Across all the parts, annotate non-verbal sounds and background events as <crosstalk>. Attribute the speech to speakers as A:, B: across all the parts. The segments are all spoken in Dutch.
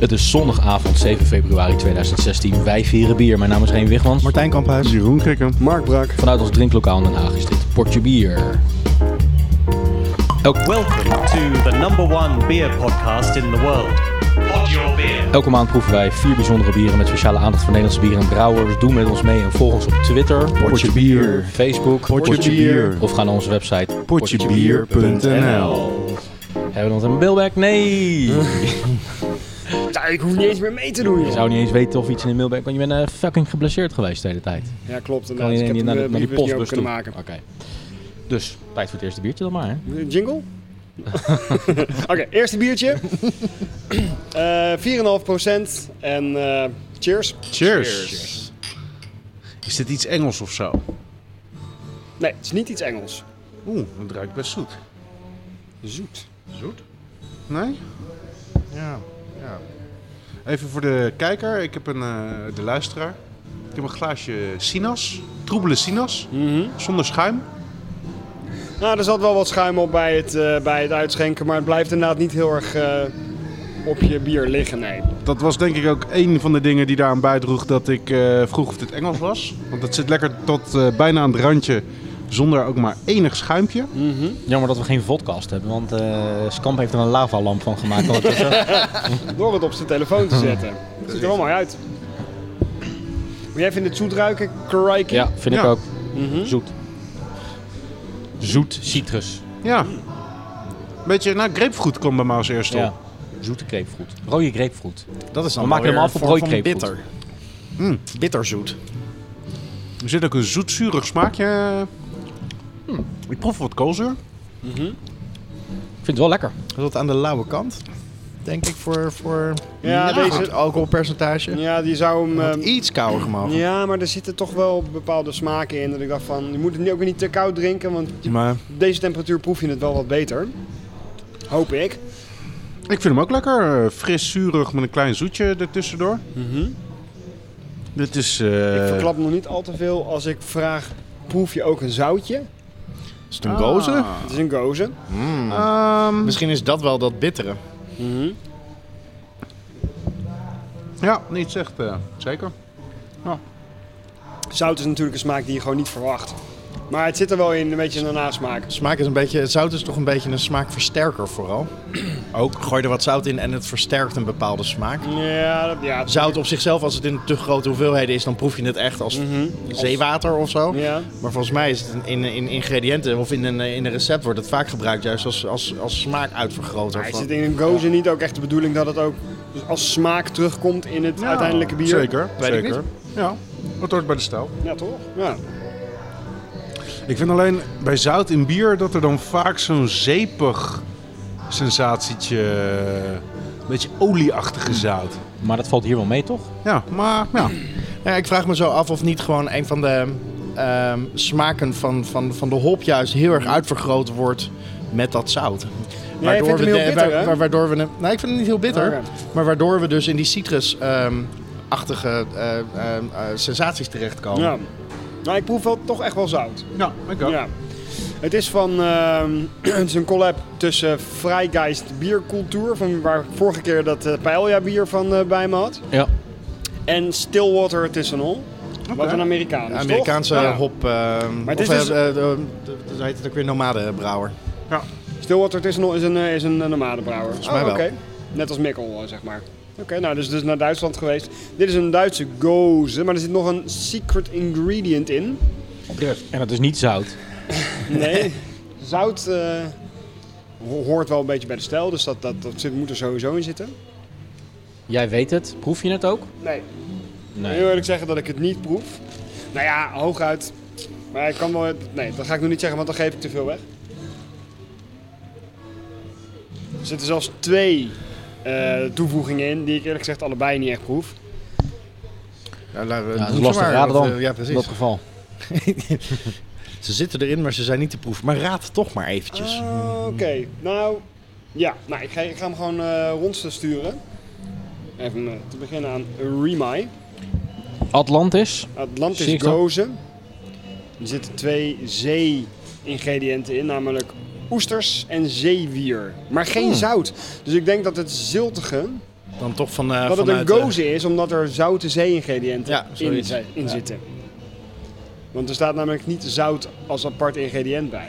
A: Het is zondagavond 7 februari 2016. Wij vieren bier. Mijn naam is Reen Wigmans.
B: Martijn Kamphuis.
C: Jeroen Krikken.
D: Mark Brak.
A: Vanuit ons drinklokaal in Den Haag is dit Portje Bier. Elk-
E: Welcome to the number one beer podcast in the world. Pod your beer.
A: elke maand proeven wij vier bijzondere bieren met speciale aandacht voor Nederlandse bieren en brouwers. Doe met ons mee en volg ons op Twitter,
B: Portje Bier.
A: Facebook
B: Portje Bier.
A: of ga naar onze website
B: Potjebier.nl
A: Hebben we nog een mailbag? Nee!
D: Ja, ik hoef niet eens meer mee te doen,
A: Je
D: joh.
A: zou niet eens weten of iets in de mailbag... Want je bent eh, fucking geblesseerd geweest de hele tijd.
D: Ja, klopt.
A: Kan je
D: Inderdaad. Ik heb
A: niet
D: hem,
A: naar, de-
D: eh,
A: naar die
D: brievenbus niet
A: postbus
D: open
A: toe?
D: kunnen maken.
A: Oké. Dus, tijd voor het eerste biertje dan maar, hè?
D: Een Jingle? <laughs> Oké, eerste
A: <laughs>
D: biertje. Eh 4,5 En eh, cheers.
C: Cheers. Is dit iets Engels of zo?
D: Nee, het is niet iets Engels.
C: Oeh, het ruikt best zoet.
D: Zoet.
C: Zoet? Nee? Ja, ja. Even voor de kijker, ik heb een, eh, de luisteraar. Ik heb een glaasje sinaas, troebele sinaas, zonder schuim.
D: Nou, er zat wel wat schuim op bij het, eh, bij het uitschenken, maar het blijft inderdaad niet heel erg eh, op je bier liggen, nee.
C: Dat was denk ik ook een van de dingen die daaraan bijdroeg dat ik eh, vroeg of het Engels was. Want het zit lekker tot eh, bijna aan het randje, zonder ook maar enig schuimpje.
A: Jammer dat we geen vodcast hebben, want eh Skamp heeft er een lavalamp van gemaakt. Want het is, eh,
D: Door het op zijn telefoon te zetten. Het ziet er wel mooi uit. Maar jij vindt het zoet ruiken, crikey?
A: <laughs> ja, vind ik
C: Ja.
A: ook.
C: Mhm.
A: Zoet. Zoet citrus.
C: Ja. Beetje, nou, grapefruit kwam bij mij als eerste
A: Ja.
C: op.
A: Zoete grapefruit. Rode grapefruit.
B: Dat is dan
A: We maken hem
B: wel weer
A: af op
B: een vorm
A: rooikreep.
B: van bitter. Bitterzoet.
C: Er zit ook een zoetzurig smaakje. Hm, Ik proef wat koolzuur.
A: Ik vind het wel lekker.
B: Is dat aan de lauwe kant? Denk ik voor, voor
D: Ja,
B: het
D: deze...
B: alcoholpercentage.
D: Ja, die zou hem...
B: Had
D: ehm,
B: iets kouder gemaakt.
D: Ja, maar er zitten toch wel bepaalde smaken in. Dat ik dacht van, je moet het niet- ook weer niet te koud drinken, want
B: Maar
D: op deze temperatuur proef je het wel wat beter. Hoop ik.
C: Ik vind hem ook lekker. eh, Fris, zuurig met een klein zoetje ertussendoor. Dit is... eh,
D: Ik verklap nog niet al te veel als ik vraag, proef je ook een zoutje?
B: is het een
C: Ah.
B: gozer?
D: Het is een gozen.
C: ehm,
B: Misschien is dat wel dat bittere.
C: ja, niet echt. eh, zeker.
D: Zout is natuurlijk een smaak die je gewoon niet verwacht. Maar het zit er wel in, een beetje een nasmaak.
B: Smaak is een beetje, het zout is toch een beetje een smaakversterker
D: <clears throat>
B: vooral. Ook gooi er wat zout in en het versterkt een bepaalde smaak.
D: Ja, dat- ja.
B: Zout op zichzelf, als het in te grote hoeveelheden is, dan proef je het echt als zeewater of zo.
D: Mhm. Ja.
B: Maar volgens mij is het in, in, in ingrediënten of in een, eh, in een recept wordt het vaak gebruikt juist als, als, als
D: Maar
B: smaakuitvergroter.
D: is
B: Van-
D: het in een gozer niet ook echt de bedoeling dat het ook dus als smaak terugkomt in het uiteindelijke bier?
C: Zeker,
B: Weet ik
C: zeker. Ja, dat hoort bij de stijl.
D: Ja, toch? Ja.
C: Ik vind alleen bij zout in bier dat er dan vaak zo'n zeepig sensatietje... eh, Een beetje olieachtige zout.
A: Maar dat valt hier wel mee, toch?
C: Ja, maar ja.
B: Nou ja, ik vraag me zo af of niet gewoon een van de ehm, smaken van, van, van de hop juist heel erg uitvergroot wordt met dat zout.
D: vindt hem
B: we
D: heel
B: de-
D: bitter, hè? Oh,
B: wa- waardoor we hem- nou, ik vind het niet heel bitter,
D: Oké.
B: maar waardoor we dus in die citrusachtige eh, ehm, eh, sensaties terechtkomen.
D: ja. Nou, ik proef wel, toch echt wel zout.
C: Ja, ik ook.
D: Ja. Het is van ehm, <clears throat> het is een collab tussen Freigeist Biercultuur, van waar ik vorige keer dat eh Paella bier van eh, bij me had,
A: Ja.
D: en Stillwater Artisanal. Wat
C: Oké.
D: een Amerikaan is,
B: De
D: toch?
B: Amerikaanse
D: Ja.
B: hop, ehm
D: Maar
B: maar
D: dit
B: of
D: is- dus-
B: is... heet het ook weer nomadenbrouwer.
D: Stillwater Artisanal is een, eh, is een eh, nomadenbrouwer. Volgens
B: mij wel.
D: Net als Mikkel, eh, zeg maar. Oké, nou, dus, dus naar Duitsland geweest. Dit is een Duitse goze, maar er zit nog een secret ingredient in.
A: En dat is niet zout.
D: Nee, <laughs> zout eh, ho- hoort wel een beetje bij de stijl, dus dat, dat, dat zit, moet er sowieso in zitten.
A: Jij weet het. Proef je het ook?
D: Nee, Ik wil heel eerlijk zeggen dat ik het niet proef. Nou ja, hooguit. Maar ik kan wel... Nee, dat ga ik nog niet zeggen, want dan geef ik te veel weg. Er zitten zelfs twee eh, toevoegingen in, die ik eerlijk gezegd allebei niet echt proef.
B: Ja, laten we-
A: Ja, dat is
B: doe ze
A: lastig
B: maar,
A: raden
B: dat,
A: dan.
B: eh, Ja,
A: In
B: precies.
A: dat geval.
B: Ze zitten erin, maar ze zijn niet te proeven. Maar raad toch maar eventjes.
D: Ah, Oké, nou... Ja, nou, ik, ga, ik ga hem gewoon eh rond sturen. Even eh, te beginnen aan Remai.
A: Atlantis. Zie
D: Atlantisch
A: ik dat?
D: gozen. Er zitten twee zee-ingrediënten in, namelijk
B: Hmm.
D: oesters en zeewier. Maar geen zout. Dus ik denk dat het ziltige
B: dan toch van, eh
D: dat het een
B: vanuit, eh,
D: gozen is, omdat er zoute zee-ingrediënten
B: Ja,
D: in,
B: zoiets.
D: zi- in
B: Ja.
D: zitten. Want er staat namelijk niet zout als apart ingrediënt bij.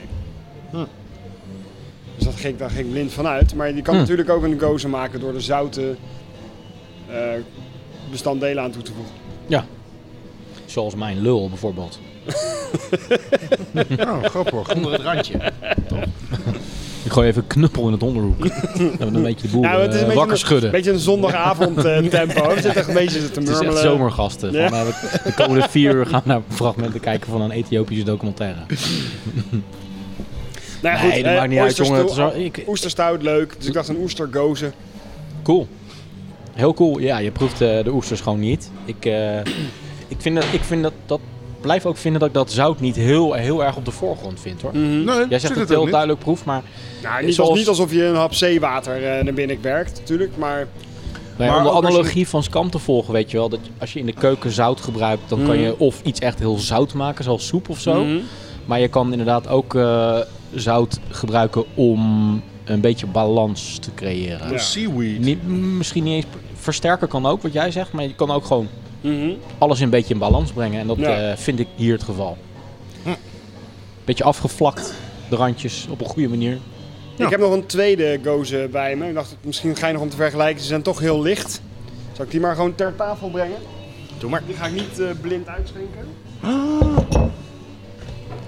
B: Hmm.
D: Dus dat ging, daar ging ik blind vanuit. Maar je kan
B: Hmm.
F: Hm.
D: natuurlijk ook een gozen maken door de zoute eh, bestanddelen aan toe te voegen.
F: Zoals mijn lul bijvoorbeeld.
C: Oh, grappig.
B: onder het
A: <laughs>
B: randje.
F: Ik gooi even een knuppel in het
B: <laughs>
F: onderhoek. Dan een beetje de boel
D: Nou, het is een
F: eh,
D: beetje
F: wakker
D: een,
F: schudden.
D: beetje een zondagavond
F: <laughs>
D: eh, tempo. We zitten echt een beetje te
F: Het is
D: murmelen.
F: echt zomergasten.
D: Ja.
F: Van, eh, we- de komende vier uur gaan we naar fragmenten kijken van een Ethiopische documentaire.
D: Nou ja,
F: Nee,
D: goed,
F: dat
D: eh,
F: maakt niet uit, jongen. Het is
D: oesterstoel-
F: wel- ik-
D: Oesterstout, leuk. Dus ik dacht een oestergozen.
F: Cool. Heel cool. Ja, je proeft eh, de oesters gewoon niet. Ik, eh, ik vind, dat, ik vind dat, dat... Blijf ook vinden dat ik dat zout niet heel, heel erg op de voorgrond vind,
D: Mm.
F: hoor.
C: Nee,
F: Jij
C: zit
F: zegt dat
C: het
F: het
C: ook
F: heel
C: niet.
F: duidelijk proeft, maar...
D: Nou, niet,
F: Zoals-
D: als, niet alsof je een hap zeewater eh, naar binnen werkt, natuurlijk. Maar
F: Nee,
D: Maar
F: om de
D: ook als je-
F: analogie van Skam te volgen, weet je wel. Dat als je in de keuken zout gebruikt, dan
D: Mm.
F: kan je of iets echt heel zout maken, zoals soep of zo.
D: Mhm.
F: Maar je kan inderdaad ook eh, zout gebruiken om een beetje balans te creëren.
D: Ja.
C: Seaweed.
F: Niet- mm, misschien niet eens... Versterken kan ook, wat jij zegt. Maar je kan ook gewoon
D: Mhm.
F: alles een beetje in balans brengen. En dat
D: Ja.
F: eh, vind ik hier het geval. Beetje afgevlakt, de randjes, op een goede manier.
D: Ik heb nog een tweede gozer bij me. Ik dacht, misschien geinig om te vergelijken. Ze zijn toch heel licht. Zal ik die maar gewoon ter tafel brengen?
B: Doe maar.
D: Die ga ik niet eh, blind uitschenken.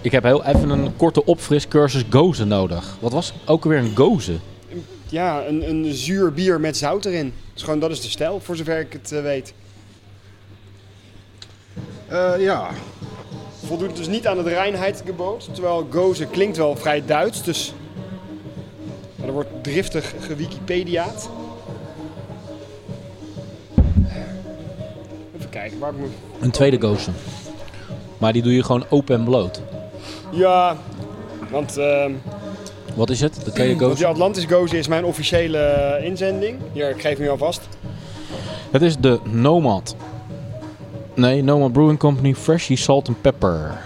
F: Ik heb heel even een korte opfriscursus gozen nodig. Wat was ook alweer een gozen?
D: Ja, een, een zuur bier met zout erin. Dus gewoon, dat is de stijl, voor zover ik het eh, weet.
C: Eh, ja.
D: Voldoet dus niet aan het reinheidgeboot. Terwijl gozer klinkt wel vrij Duits, dus... Maar er wordt driftig gewikipediaat. Even kijken, waar ik moet...
F: Een tweede gozen. Maar die doe je gewoon open en bloot.
D: Ja, want... ehm,
F: Wat is het? De tweede
D: Want de
F: gozen?
D: Atlantis Gozen is mijn officiële eh, inzending. Hier, ik geef hem nu alvast.
F: Het is de Nomad. Nee, Nomad Brewing Company Freshy Salt and Pepper.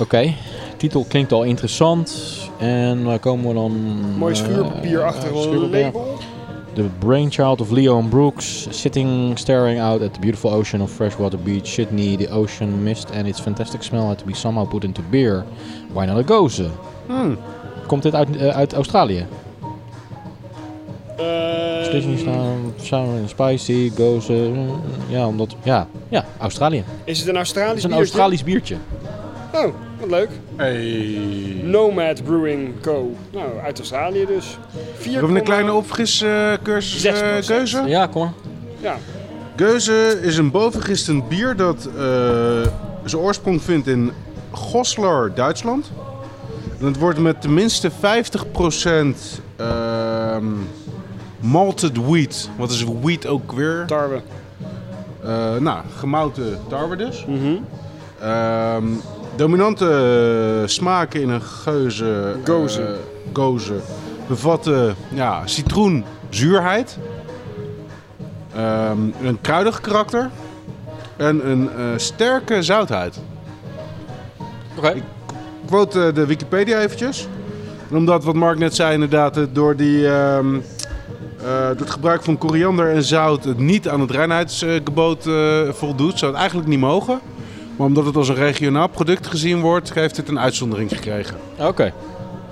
F: Oké. Titel klinkt al interessant. En waar komen we dan?
D: Mooi
F: eh,
D: schuurpapier achter een
F: schuurpapier.
D: label.
F: The brainchild of Leo and Brooks, sitting staring out at the beautiful ocean of freshwater beach, Sydney, the ocean mist and its fantastic smell had to be somehow put into beer. Why not a gozer?
D: Hmm.
F: Komt dit uit, eh, uit Australië?
D: Eh,
F: Sydney staan, sour and spicy, gozer. mm, Ja, omdat. Ja, ja Australië. Het
D: is het een
F: is
D: Australisch
F: een
D: biertje?
F: Australisch biertje.
D: Oh, wat leuk.
C: Hey.
D: Nomad Brewing Co. Nou, uit Australië dus.
C: We
D: 4,
C: hebben een kleine opgiscursus
D: Zes
C: eh
D: procent.
C: keuze.
F: Ja, kom maar.
D: Ja,
C: Geuze is een bovengistend bier dat eh, zijn oorsprong vindt in Goslar, Duitsland. En het wordt met tenminste 50% ehm, malted wheat. Wat is wheat ook weer?
D: tarwe. <clears throat>
C: Eh, nou, gemouten tarwe dus. Ehm, dominante eh, smaken in een geuze,
D: Goze.
C: eh, goze bevatten ja, citroenzuurheid, ehm, een kruidig karakter en een eh, sterke zoutheid.
F: Oké.
C: Ik quote eh, de Wikipedia eventjes. En Omdat, wat Mark net zei, inderdaad, eh, door, die, ehm, eh, door het gebruik van koriander en zout het niet aan het reinheidsgebod eh, voldoet, zou het eigenlijk niet mogen. Maar omdat het als een regionaal product gezien wordt, heeft het een uitzondering gekregen.
F: Oké.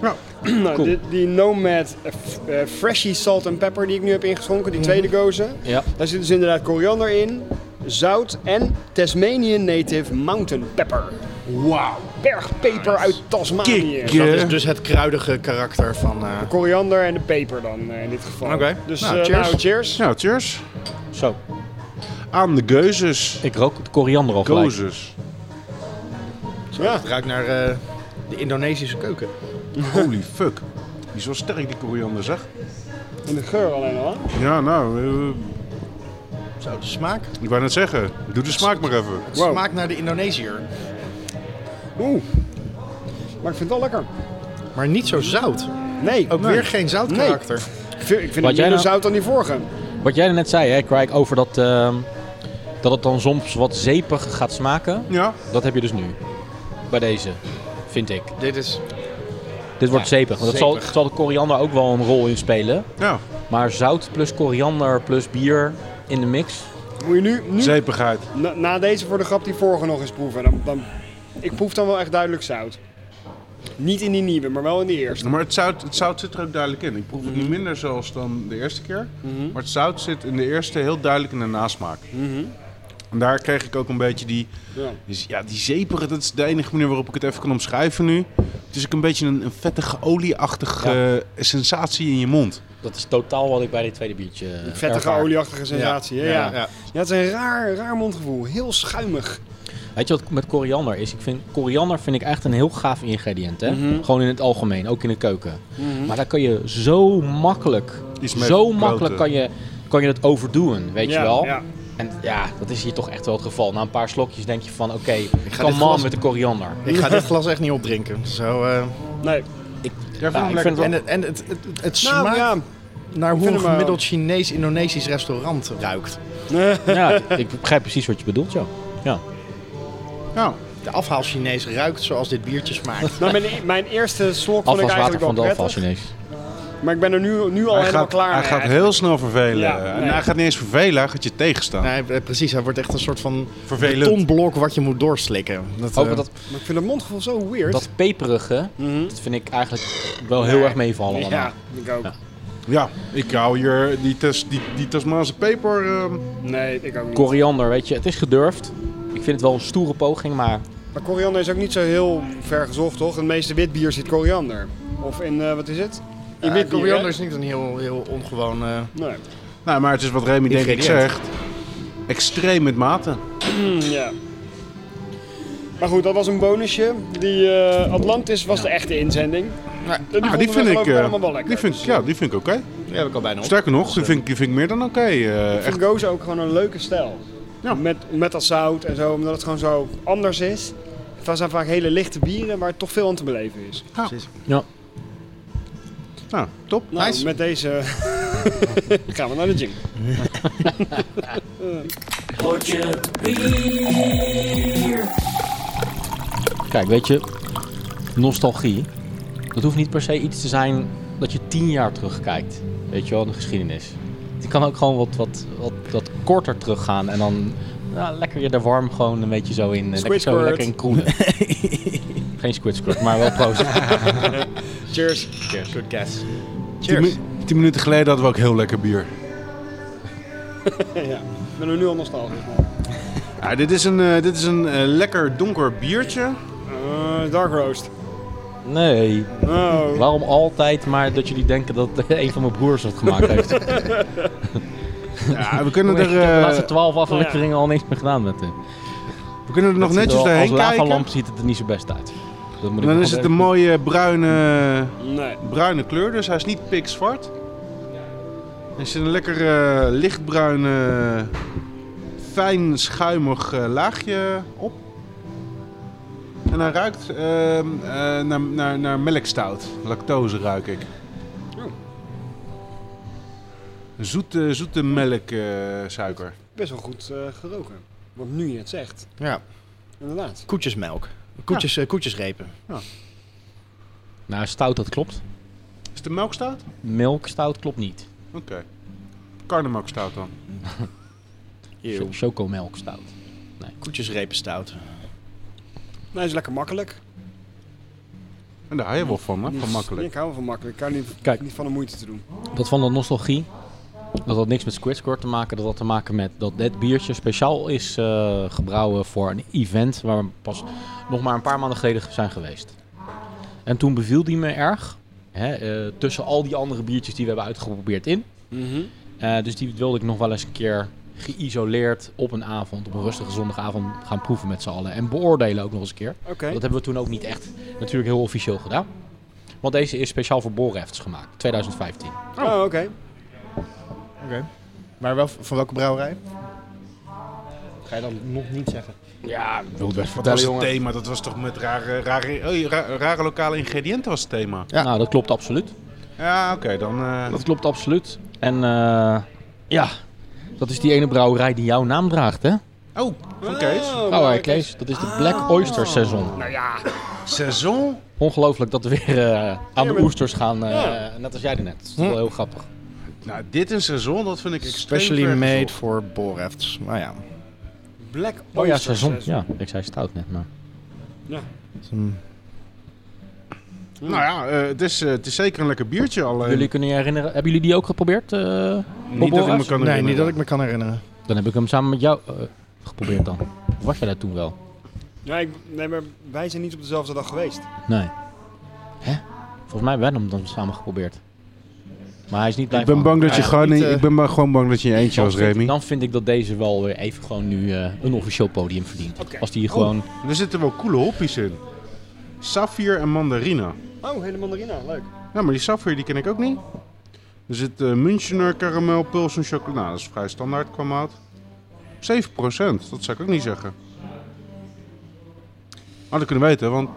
D: nou,
F: Cool.
D: dit- die Nomad eh, f- eh, Freshy Salt and Pepper die ik nu heb ingeschonken, die tweede gozen.
F: Mhm. Ja.
D: Daar zit dus inderdaad koriander in, zout en Tasmanian Native Mountain Pepper.
C: Wauw.
D: Bergpeper uit Tasmanië.
C: Kikker.
B: Dus
C: Ja.
B: dat is dus het kruidige karakter van... eh,
D: Koriander en de peper dan eh, in dit geval.
B: Oké.
D: Dus
C: Nou,
D: eh,
C: cheers.
D: nou, cheers.
C: Nou, cheers.
F: Zo.
C: Aan de geuzes.
F: Ik rook het koriander al gelijk.
C: Gozes.
D: Ja.
B: Het ruikt naar eh, de Indonesische keuken.
C: Holy fuck. Die is wel sterk, die koriander, zeg.
D: En de geur alleen al. hè?
C: Ja, nou, eh,
B: Zo, de smaak.
C: ik wou net zeggen. Doe de smaak maar even.
B: Het
D: Wow.
B: smaakt naar de Indonesiër.
D: Oeh. Maar ik vind het wel lekker.
B: Maar niet zo zout.
D: Nee.
B: Ook
D: nee.
B: weer geen zoutkarakter.
D: Ik vind, ik vind
F: Wat
D: het
F: jij
D: minder
F: nou-
D: zout dan die vorige.
F: Wat jij net zei, hè, Craig, over dat, ehm, dat het dan soms wat zeepig gaat smaken.
C: Ja,
F: Dat heb je dus nu. Bij deze, vind ik.
B: Dit is...
F: Dit wordt
B: Ja,
F: zeepig. want Dat zal,
B: zeepig.
F: zal de koriander ook wel een rol in spelen.
C: ja.
F: Maar zout plus koriander plus bier in de mix.
D: Moet je nu, nu
C: Zeepigheid.
D: na, na deze voor de grap die vorige nog eens proeven. Dan, dan, ik proef dan wel echt duidelijk zout. Niet in die nieuwe, maar wel in die eerste.
C: Maar het zout, het zout zit er ook duidelijk in. Ik proef het
D: Mhm.
C: niet minder zoals dan de eerste keer. Maar het zout zit in de eerste heel duidelijk in de nasmaak.
D: Mhm.
C: En daar kreeg ik ook een beetje die...
D: Ja.
C: Dus ja, die zeeperen, dat is de enige manier waarop ik het even kan omschrijven nu. Het is ook een beetje een, een vettige, olieachtige eh, sensatie in je mond.
F: Dat is totaal wat ik bij dit tweede biertje eh,
D: Vettige,
F: ervaar.
D: olieachtige sensatie. Ja, ja, ja.
B: ja.
D: het is een raar, raar mondgevoel. Heel schuimig.
F: Weet je wat met koriander is? Ik vind, koriander vind ik echt een heel gaaf ingrediënt. Hè?
D: Mhm.
F: Gewoon in het algemeen, ook in de keuken. Maar daar kan je zo makkelijk,
C: Iets mee
F: zo
C: verkloten.
F: makkelijk kan je, kan je dat overdoen, weet
D: Ja,
F: je wel?
D: ja.
F: En ja, dat is hier toch echt wel het geval. Na een paar slokjes denk je van, oké, ik
B: ga
F: kan
B: dit
F: man
B: glas-
F: met de koriander.
B: Ik ga dit glas echt niet opdrinken. Zo, eh,
D: Nee.
C: Ja,
F: Ja, ik vind het
B: en
F: wel-
B: het, en het, het, het, het
D: Nou,
B: smaakt
D: ja.
B: naar hoe
D: vind
B: een
D: hem, eh,
B: gemiddeld Chinees-Indonesisch restaurant ruikt.
F: ja, ik begrijp precies wat je bedoelt, ja. ja.
C: Ja.
B: De afhaal Chinees ruikt zoals dit biertje
D: <laughs>
B: smaakt.
D: Nou, mijn, mijn eerste slok vond ik
F: Afwas
D: eigenlijk
F: water van de
D: wel
F: afval
D: prettig.
F: Chinees.
D: Maar ik ben er nu, nu al
C: Hij
D: helemaal
C: gaat,
D: klaar
C: hij
D: mee
C: gaat
D: eigenlijk.
C: heel snel vervelen.
D: Ja,
C: en
D: nee.
C: hij gaat niet eens vervelen, hij gaat je tegenstaan.
B: Nee, eh, precies, hij wordt echt een soort van
C: Vervelend.
B: betonblok wat je moet doorslikken. Dat,
F: Ook
B: eh,
F: dat,
D: Maar ik vind het mondgevoel zo weird.
F: dat peperige,
D: Mhm.
F: dat vind ik eigenlijk wel heel
D: Nee.
F: erg meevallen allemaal.
D: Ja, ik ook.
F: Ja.
C: Ja, ik hou hier die, Tas- die, die Tasmaanse peper. ehm,
D: Nee, ik ook niet.
F: Koriander, weet je, het is gedurfd. Ik vind het wel een stoere poging, maar
D: Maar koriander is ook niet zo heel ver gezocht, toch? In de meeste witbier zit koriander. Of in, eh, wat is het? In
B: ja,
D: witbier,
B: koriander is niet een heel, heel ongewoon... eh,
D: hè? Nee.
C: nou, maar het is wat Remy denk ik
B: Ingrediënt.
C: zegt. Extreem met mate.
D: Hm, ja. Maar goed, dat was een bonusje. Die eh, Atlantis was de echte inzending.
B: Ja.
D: En die,
C: Ah,
D: vonden
C: die
D: we
C: vind
D: geloof
C: ik, eh,
D: allemaal wel lekker.
C: die vind,
D: Dus,
C: ja, die vind ik oké.
B: die heb ik al bijna op.
C: Sterker nog, die vind, ik- die vind ik meer dan oké. eh,
D: Ik
C: echt.
D: vind Gozo Dus ook gewoon een leuke stijl.
C: Ja.
D: Met, met dat zout en zo, omdat het gewoon zo anders is. Het zijn vaak hele lichte bieren, maar toch veel aan te beleven is.
C: Nou, top.
D: Nou,
B: Nice.
D: met deze <laughs> gaan we naar de gym.
F: Kijk, weet je, nostalgie. Dat hoeft niet per se iets te zijn dat je tien jaar terugkijkt. Weet je wel, de geschiedenis. Je kan ook gewoon wat, wat, wat, wat korter teruggaan en dan nou, lekker je er warm gewoon een beetje zo in. eh, Lekker, zo
D: Squidward.
F: lekker in
C: <laughs>
F: kroenen. Geen squid maar wel proost.
D: Cheers. <laughs>
B: Good guess.
C: Tien,
B: Cheers.
C: mi- tien minuten geleden hadden we ook heel lekker bier.
D: ja, ik ben er nu al nostalgisch van.
C: Ja, dit is een, eh, dit is een eh, lekker donker biertje.
D: Eh, dark roast.
F: Nee,
D: Oh.
F: waarom altijd maar dat jullie denken dat <laughs> een van mijn broers dat gemaakt
C: <laughs>
F: heeft? Ik
C: Ja, we kunnen
F: heb
C: er,
F: de
C: eh,
F: laatste twaalf afleveringen al niks meer gedaan met hem.
C: we kunnen er nog
F: Dat ziet er
C: netjes
F: wel-
C: doorheen
F: Als lavalamp
C: kijken.
F: ziet het er niet zo best uit. Dat moet ik
C: En dan
F: nog
C: is het
F: even-
C: een mooie bruine,
D: Nee.
C: bruine kleur, dus hij is niet pikzwart. Er zit een lekker eh, lichtbruine, fijn schuimig eh, laagje op. En hij ruikt ehm, eh, naar, naar, naar melkstout. Lactose ruik ik. Oh. Zoete, zoete eh, melksuiker.
D: Best wel goed eh, geroken. Wat nu je het zegt.
B: Ja,
D: Inderdaad.
B: koetjesmelk. Koetjes, eh, koetjesrepen.
F: Nou, stout dat klopt.
C: is de melkstout?
F: Melkstout klopt niet.
C: Oké. Karnemelkstout dan.
B: Eeuw.
F: Ch- Chocomelkstout.
B: Koetjesrepen stout.
D: Nou, hij is lekker makkelijk.
C: En daar hou je wel van, hè?
D: Die
C: Van
D: is-
C: makkelijk.
D: Ik hou wel van makkelijk. Ik hou niet,
F: Kijk.
D: niet van de moeite te doen.
F: Dat van de nostalgie, dat had niks met Squidcore te maken. Dat had te maken met dat dit biertje speciaal is eh, gebrouwen voor een event waar we pas nog maar een paar maanden geleden zijn geweest. En toen beviel die me erg. Hè, eh, tussen al die andere biertjes die we hebben uitgeprobeerd in.
D: Mhm.
F: Eh, dus die wilde ik nog wel eens een keer geïsoleerd op een avond, op een rustige zondagavond gaan proeven met z'n allen. En beoordelen ook nog eens een keer.
D: Oké.
F: Dat hebben we toen ook niet echt natuurlijk heel officieel gedaan. Want deze is speciaal voor Borrefts gemaakt, 2015.
D: Oh, oké.
B: Maar wel, van welke brouwerij? Ga je dan nog niet zeggen.
F: Ja, ik wil het best
C: Dat
F: vertellen,
C: was het thema, dat was toch met rare, rare, oh, ra- rare lokale ingrediënten was het thema.
B: Ja.
F: Nou, dat klopt absoluut.
C: Ja, oké, dan... eh,
F: Dat klopt absoluut. En eh, ja, dat is die ene brouwerij die jouw naam draagt, hè?
C: Oh, van Kees.
D: Oh,
F: Brouwerij
D: oké.
F: Kees, dat is de Black Oyster Saison.
D: Nou ja.
C: Saison?
F: Ongelooflijk dat we weer eh, aan de
D: maar-
F: oesters gaan, eh,
D: Ja.
F: net als jij er net. Dat is wel heel grappig.
C: Nou, dit is seizoen, dat vind ik extreem
B: Specially
C: vergezocht.
B: made for borefts. Nou ja,
D: Black Oyster
F: Oh ja, seizoen.
D: Saison.
F: Ja, ik zei stout net, maar...
B: het is een-
C: Nou ja, eh, het, is, eh, het is zeker een lekker biertje. Alleen
F: Jullie kunnen je herinneren... Hebben jullie die ook geprobeerd, eh, Bob
C: niet dat ik me
F: Horace?
C: kan
B: nee,
C: herinneren.
B: niet dat ik me kan herinneren.
F: Dan heb ik hem samen met jou eh, geprobeerd dan. Of was jij dat toen wel?
D: Ja, ik, nee, maar wij zijn niet op dezelfde dag geweest.
F: Nee. Hè? Volgens mij hebben wij hem dan samen geprobeerd. Maar hij is niet
C: Ik
F: blijven
C: ben
F: hangen.
C: bang dat je
B: Ja,
C: gewoon,
B: niet,
C: niet-
B: eh,
C: ik ben maar gewoon bang dat je in je eentje
F: Dan
C: was,
F: vind-
C: Remy.
F: Dan vind ik dat deze wel weer even gewoon nu eh, een officieel podium verdient.
D: Oké. Oh.
F: Als die hier gewoon...
C: Er zitten wel coole hoppies in. Safir en mandarina.
D: Oh, hele mandarina, leuk.
C: Ja, maar die safir die ken ik ook niet. Er zit eh Münchener, karamel, puls en chocolade. Dat is vrij standaard kwam uit. 7%, dat zou ik ook niet zeggen. Maar dat kunnen we weten, want <laughs>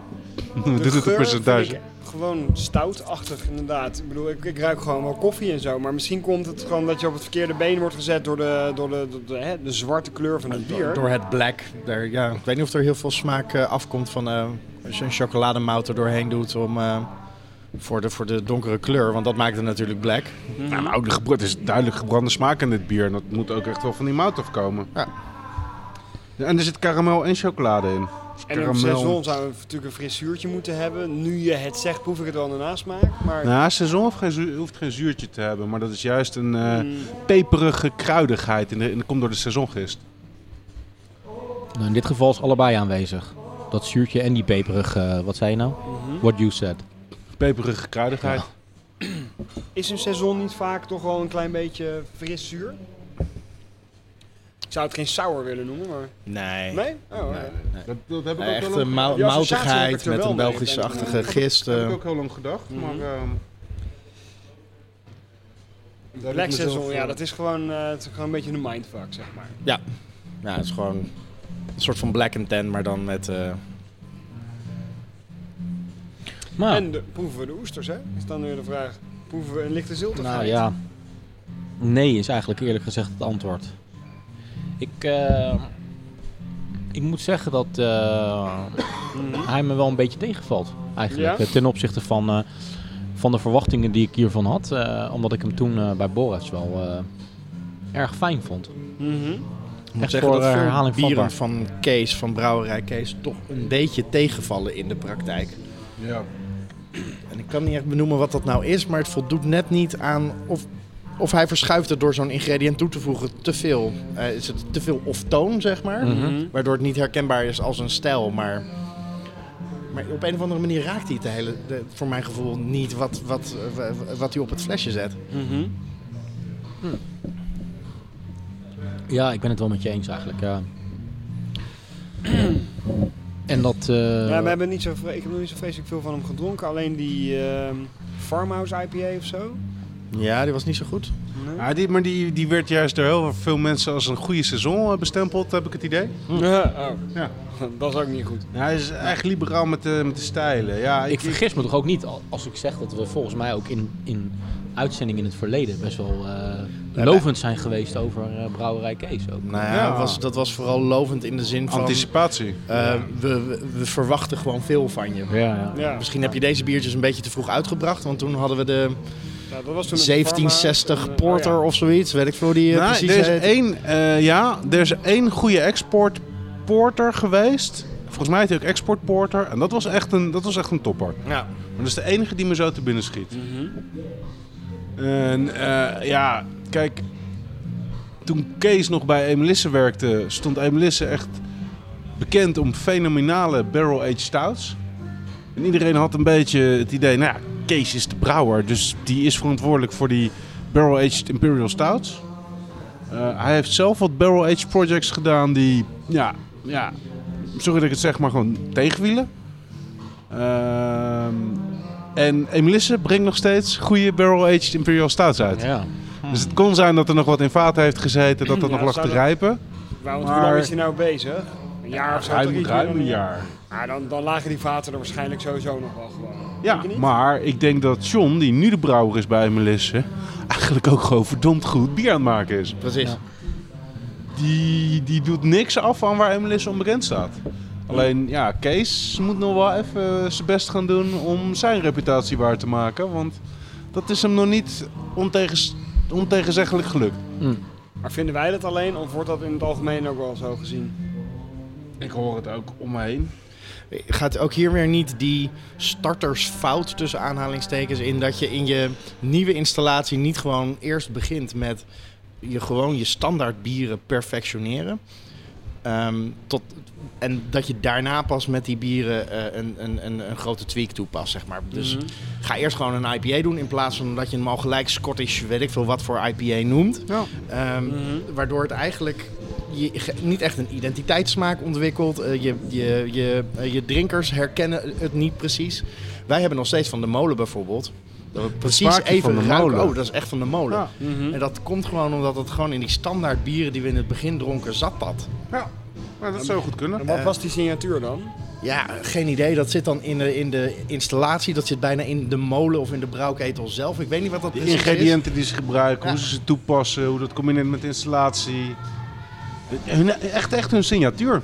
C: we doen het op
D: geur
C: percentage.
D: vind ik Gewoon stoutachtig, inderdaad. Ik bedoel, ik, ik ruik gewoon wel koffie en zo. Maar misschien komt het gewoon dat je op het verkeerde been wordt gezet door de, door de, door de, hè, de zwarte kleur van het bier.
B: Door het black. Daar, ja, ik weet niet of er heel veel smaak eh, afkomt van eh, als je een chocolademout er doorheen doet om, eh, voor, de, voor de donkere kleur. Want dat maakt het natuurlijk black.
C: Ja, maar ook de gebra- er is duidelijk gebrande smaak in dit bier. En dat moet ook echt wel van die mout afkomen.
B: Ja.
C: Ja, En er zit karamel en chocolade in. Dus
D: En op seizoen zou we natuurlijk een frisuurtje moeten hebben. Nu je het zegt, proef ik het wel naar smaak. Maar
C: Nou, seizoen hoeft geen, zuur- hoeft geen zuurtje te hebben, maar dat is juist een eh,
D: mm,
C: peperige kruidigheid. En de- en dat komt door de seizoengist.
F: Nou, in dit geval is allebei aanwezig. Dat zuurtje en die peperig... eh, wat zei je nou?
D: mhm.
F: What you said.
C: Peperige kruidigheid.
D: is een seizoen niet vaak toch wel een klein beetje fris zuur? Ik zou het geen sour willen noemen, maar...
B: Nee.
D: Nee? Oh, oké.
C: Dat, dat heb ik ook
B: Echt
C: heel
B: een
C: lang
B: mou-
D: Die associatie heb
B: moutigheid
D: ik er
B: met
D: wel
B: een
D: mee.
B: Belgische-achtige gist.
C: Dat heb
B: eh.
C: ik ook heel lang gedacht,
D: Mhm.
C: maar... ehm, daar heb ik
D: Black
C: mezelf,
D: seizoen,
C: eh,
D: ja, dat is gewoon, eh, het is gewoon een beetje een mindfuck, zeg maar.
B: Ja. ja, het is gewoon een soort van black and tan, maar dan met... eh,
F: Maar,
D: En de, proeven we de oesters, hè? Is dan weer de vraag. Proeven we een lichte ziltigheid?
F: nou ja... Nee is eigenlijk eerlijk gezegd het antwoord. Ik... eh, ik moet zeggen dat... eh,
D: Mhm.
F: hij me wel een beetje tegenvalt. Eigenlijk.
D: Ja?
F: Ten opzichte van, eh, van de verwachtingen die ik hiervan had. eh, omdat ik hem toen eh, bij Boris wel eh, erg fijn vond.
D: Mhm.
B: Ik moet
F: Echt
B: zeggen
F: voor,
B: dat
F: eh,
B: veel
F: herhaling
B: bieren
F: vatbaar.
B: van Kees, van brouwerij Kees, toch een beetje tegenvallen in de praktijk.
C: Ja.
B: En ik kan niet echt benoemen wat dat nou is, maar het voldoet net niet aan of, of hij verschuift het door zo'n ingrediënt toe te voegen te veel. Eh, is het te veel off-toon, zeg maar?
F: Mhm.
B: Waardoor het niet herkenbaar is als een stijl, maar... Maar op een of andere manier raakt hij het de hele, de- voor mijn gevoel niet wat, wat, eh, wa- wat hij op het flesje zet.
D: Mhm.
F: Ja, ik ben het wel met je eens eigenlijk. ja. <clears throat> en dat... eh,
D: Ja, we hebben niet zo vre- ik heb nog niet zo vreselijk veel van hem gedronken. Alleen die ehm, Farmhouse IPA of zo.
B: Ja, die was niet zo goed.
F: Ah,
D: Nee?
C: Ja, die, maar die, die werd juist door heel veel mensen als een goede seizoen eh, bestempeld, heb ik het idee.
D: Ja, oh.
C: Ja.
D: <laughs> Dat is ook niet goed.
C: Ja, hij is echt liberaal met de, met de stijlen. Ja,
F: ik vergis me toch ook niet al- als ik zeg dat we volgens mij ook in, in uitzendingen in het verleden best wel eh, lovend zijn geweest over eh, Brouwerij Kees ook.
B: Nou ja,
C: Ja.
B: dat was, dat was vooral lovend in de zin van...
C: Anticipatie.
B: eh, we, we- we verwachten gewoon veel van je.
D: Ja,
B: Misschien heb je deze biertjes een beetje te vroeg uitgebracht, want toen hadden we de
D: nou, dat was toen een Farmhouse en,
B: 1760
D: eh,
B: Porter
D: oh
B: of zoiets, weet ik veel hoe die eh,
C: Nou,
B: precies
C: er is
B: heet.
C: één, eh, ja, er is één goede export porter geweest. Volgens mij heet hij ook export porter. En dat was echt een, dat was echt een topper.
B: Ja.
C: Maar dat is de enige die me zo te binnen schiet.
D: ja. Mhm.
C: En eh, ja, kijk. Toen Kees nog bij Emelisse werkte, stond Emelisse echt bekend om fenomenale barrel-aged stouts. En iedereen had een beetje het idee, nou ja, Kees is de brouwer, dus die is verantwoordelijk voor die barrel-aged imperial stouts. Eh, hij heeft zelf wat barrel-aged projects gedaan die, ja, ja, sorry dat ik het zeg, maar gewoon tegenwielen. Ehm, en Emelisse brengt nog steeds goede barrel-aged imperial stouts uit.
F: Ja.
C: Dus het kon zijn dat er nog wat in vaten heeft gezeten, dat dat
D: Ja,
C: nog lag
D: zou
C: te
D: dat-
C: rijpen.
D: Maar, want
C: Maar-
D: hoe lang is hij nou bezig? Een jaar of zo? toch? Iets meer dan Ah, dan, dan lagen die vaten er waarschijnlijk sowieso nog wel gewoon.
C: Ja, maar ik denk dat John, die nu de brouwer is bij Melisse, eigenlijk ook gewoon verdomd goed bier aan het maken is.
B: Precies.
F: Ja.
C: Die, die doet niks af van waar Melisse onbekend staat. Alleen, ja, Kees moet nog wel even zijn best gaan doen om zijn reputatie waar te maken. Want dat is hem nog niet ontegens, ontegenzeggelijk gelukt.
D: Maar vinden wij dat alleen of wordt dat in het algemeen ook wel zo gezien?
C: Ik hoor het ook om me heen.
B: Gaat ook hier weer niet die startersfout tussen aanhalingstekens in dat je in je nieuwe installatie niet gewoon eerst begint met je gewoon je standaard bieren perfectioneren. Ehm, tot, en dat je daarna pas met die bieren eh, een, een, een, een grote tweak toepast, zeg maar. Dus
D: Mhm.
B: ga eerst gewoon een IPA doen in plaats van dat je hem al gelijk Scottish, weet ik veel wat voor IPA noemt.
C: Ja.
B: Ehm,
D: Mhm.
B: Waardoor het eigenlijk je, ge- niet echt een identiteitssmaak ontwikkelt. Eh, je, je, je, eh, je drinkers herkennen het niet precies. Wij hebben nog steeds van de molen bijvoorbeeld. Dat we precies
C: smaakje
B: even
C: van de
B: ruiken,
C: molen.
B: Oh, dat is echt van de molen.
C: Ja. Mhm.
B: En dat komt gewoon omdat het gewoon in die standaard bieren die we in het begin dronken zat dat.
C: ja. Maar dat zou goed kunnen.
D: En wat was die signatuur dan?
B: Ja, geen idee. Dat zit dan in de, in de installatie. Dat zit bijna in de molen of in de brouwketel zelf. Ik weet niet wat dat
C: De
B: precies
C: ingrediënten die ze gebruiken, hoe
B: Ja.
C: ze ze toepassen, hoe dat combineert met installatie. Hun, echt, echt hun signatuur.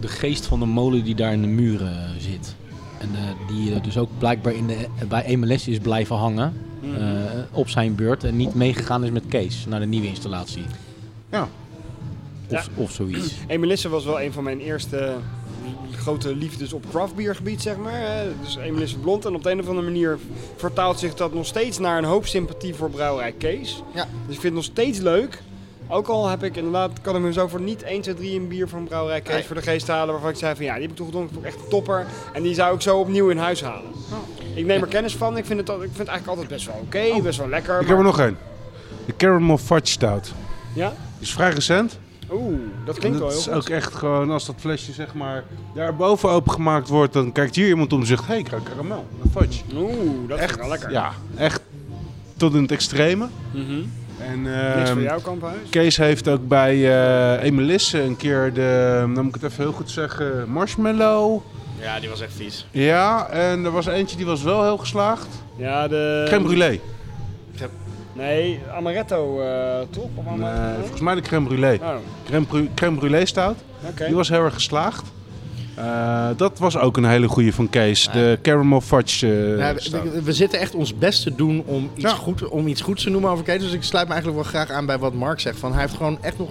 F: De geest van de molen die daar in de muren eh, zit. En eh, die eh, dus ook blijkbaar in de, bij MLS is blijven hangen.
C: Mhm.
F: eh, op zijn beurt. En niet meegegaan is met Kees naar de nieuwe installatie.
C: Ja.
F: Of, of zoiets.
D: Hey, Melissa was wel een van mijn eerste eh, grote liefdes op craftbiergebied, zeg maar. hè. Dus Emelisse Blond. En op de een of andere manier vertaalt zich dat nog steeds naar een hoop sympathie voor brouwerij Kees.
B: Ja.
D: Dus ik vind het nog steeds leuk. Ook al heb ik inderdaad, kan ik me zo voor niet 1, 2, 3 een bier van brouwerij Kees
B: Nee.
D: voor de geest halen. Waarvan ik zei van ja, die heb ik toen gedronken, vond ik echt een topper. En die zou ik zo opnieuw in huis halen.
B: Oh.
D: Ik neem er kennis van. Ik vind het, al- ik vind het eigenlijk altijd best wel oké,
B: Oh.
D: best wel lekker.
C: Ik
D: maar-
C: heb er nog één. De Caramel Fudge Stout.
D: Ja?
C: Is vrij recent.
D: Oeh, dat
C: En
D: klinkt wel
C: dat
D: heel
C: is
D: goed.
C: ook echt gewoon, als dat flesje zeg maar daarboven opengemaakt wordt, dan kijkt hier iemand om en zegt, hé, hey, ik ruik karamel. Een fudge.
D: Oeh, dat klinkt wel lekker.
C: Ja, echt tot in het extreme.
D: Mhm.
C: En,
D: Niks
C: ehm,
D: voor jou, Kamphuis?
C: Kees heeft ook bij eh Emelisse een keer de, dan moet ik het even heel goed zeggen, marshmallow.
B: Ja, die was echt vies.
C: Ja, en er was eentje die was wel heel geslaagd.
D: Ja, de...
C: crème brûlée.
D: Nee, amaretto eh toch? Of
C: Nee,
D: amaretto?
C: volgens mij de crème brûlée.
D: Oh,
C: Crème, bru- crème brûlée stout.
D: oké.
C: Die was heel erg geslaagd. Eh, dat was ook een hele goede van Kees. De caramel fudge eh,
B: Ja, we-
C: stout.
B: we, we zitten echt ons best te doen om iets,
C: Ja.
B: goed, om iets goeds te noemen over Kees. Dus ik sluit me eigenlijk wel graag aan bij wat Mark zegt. Van, hij heeft gewoon echt nog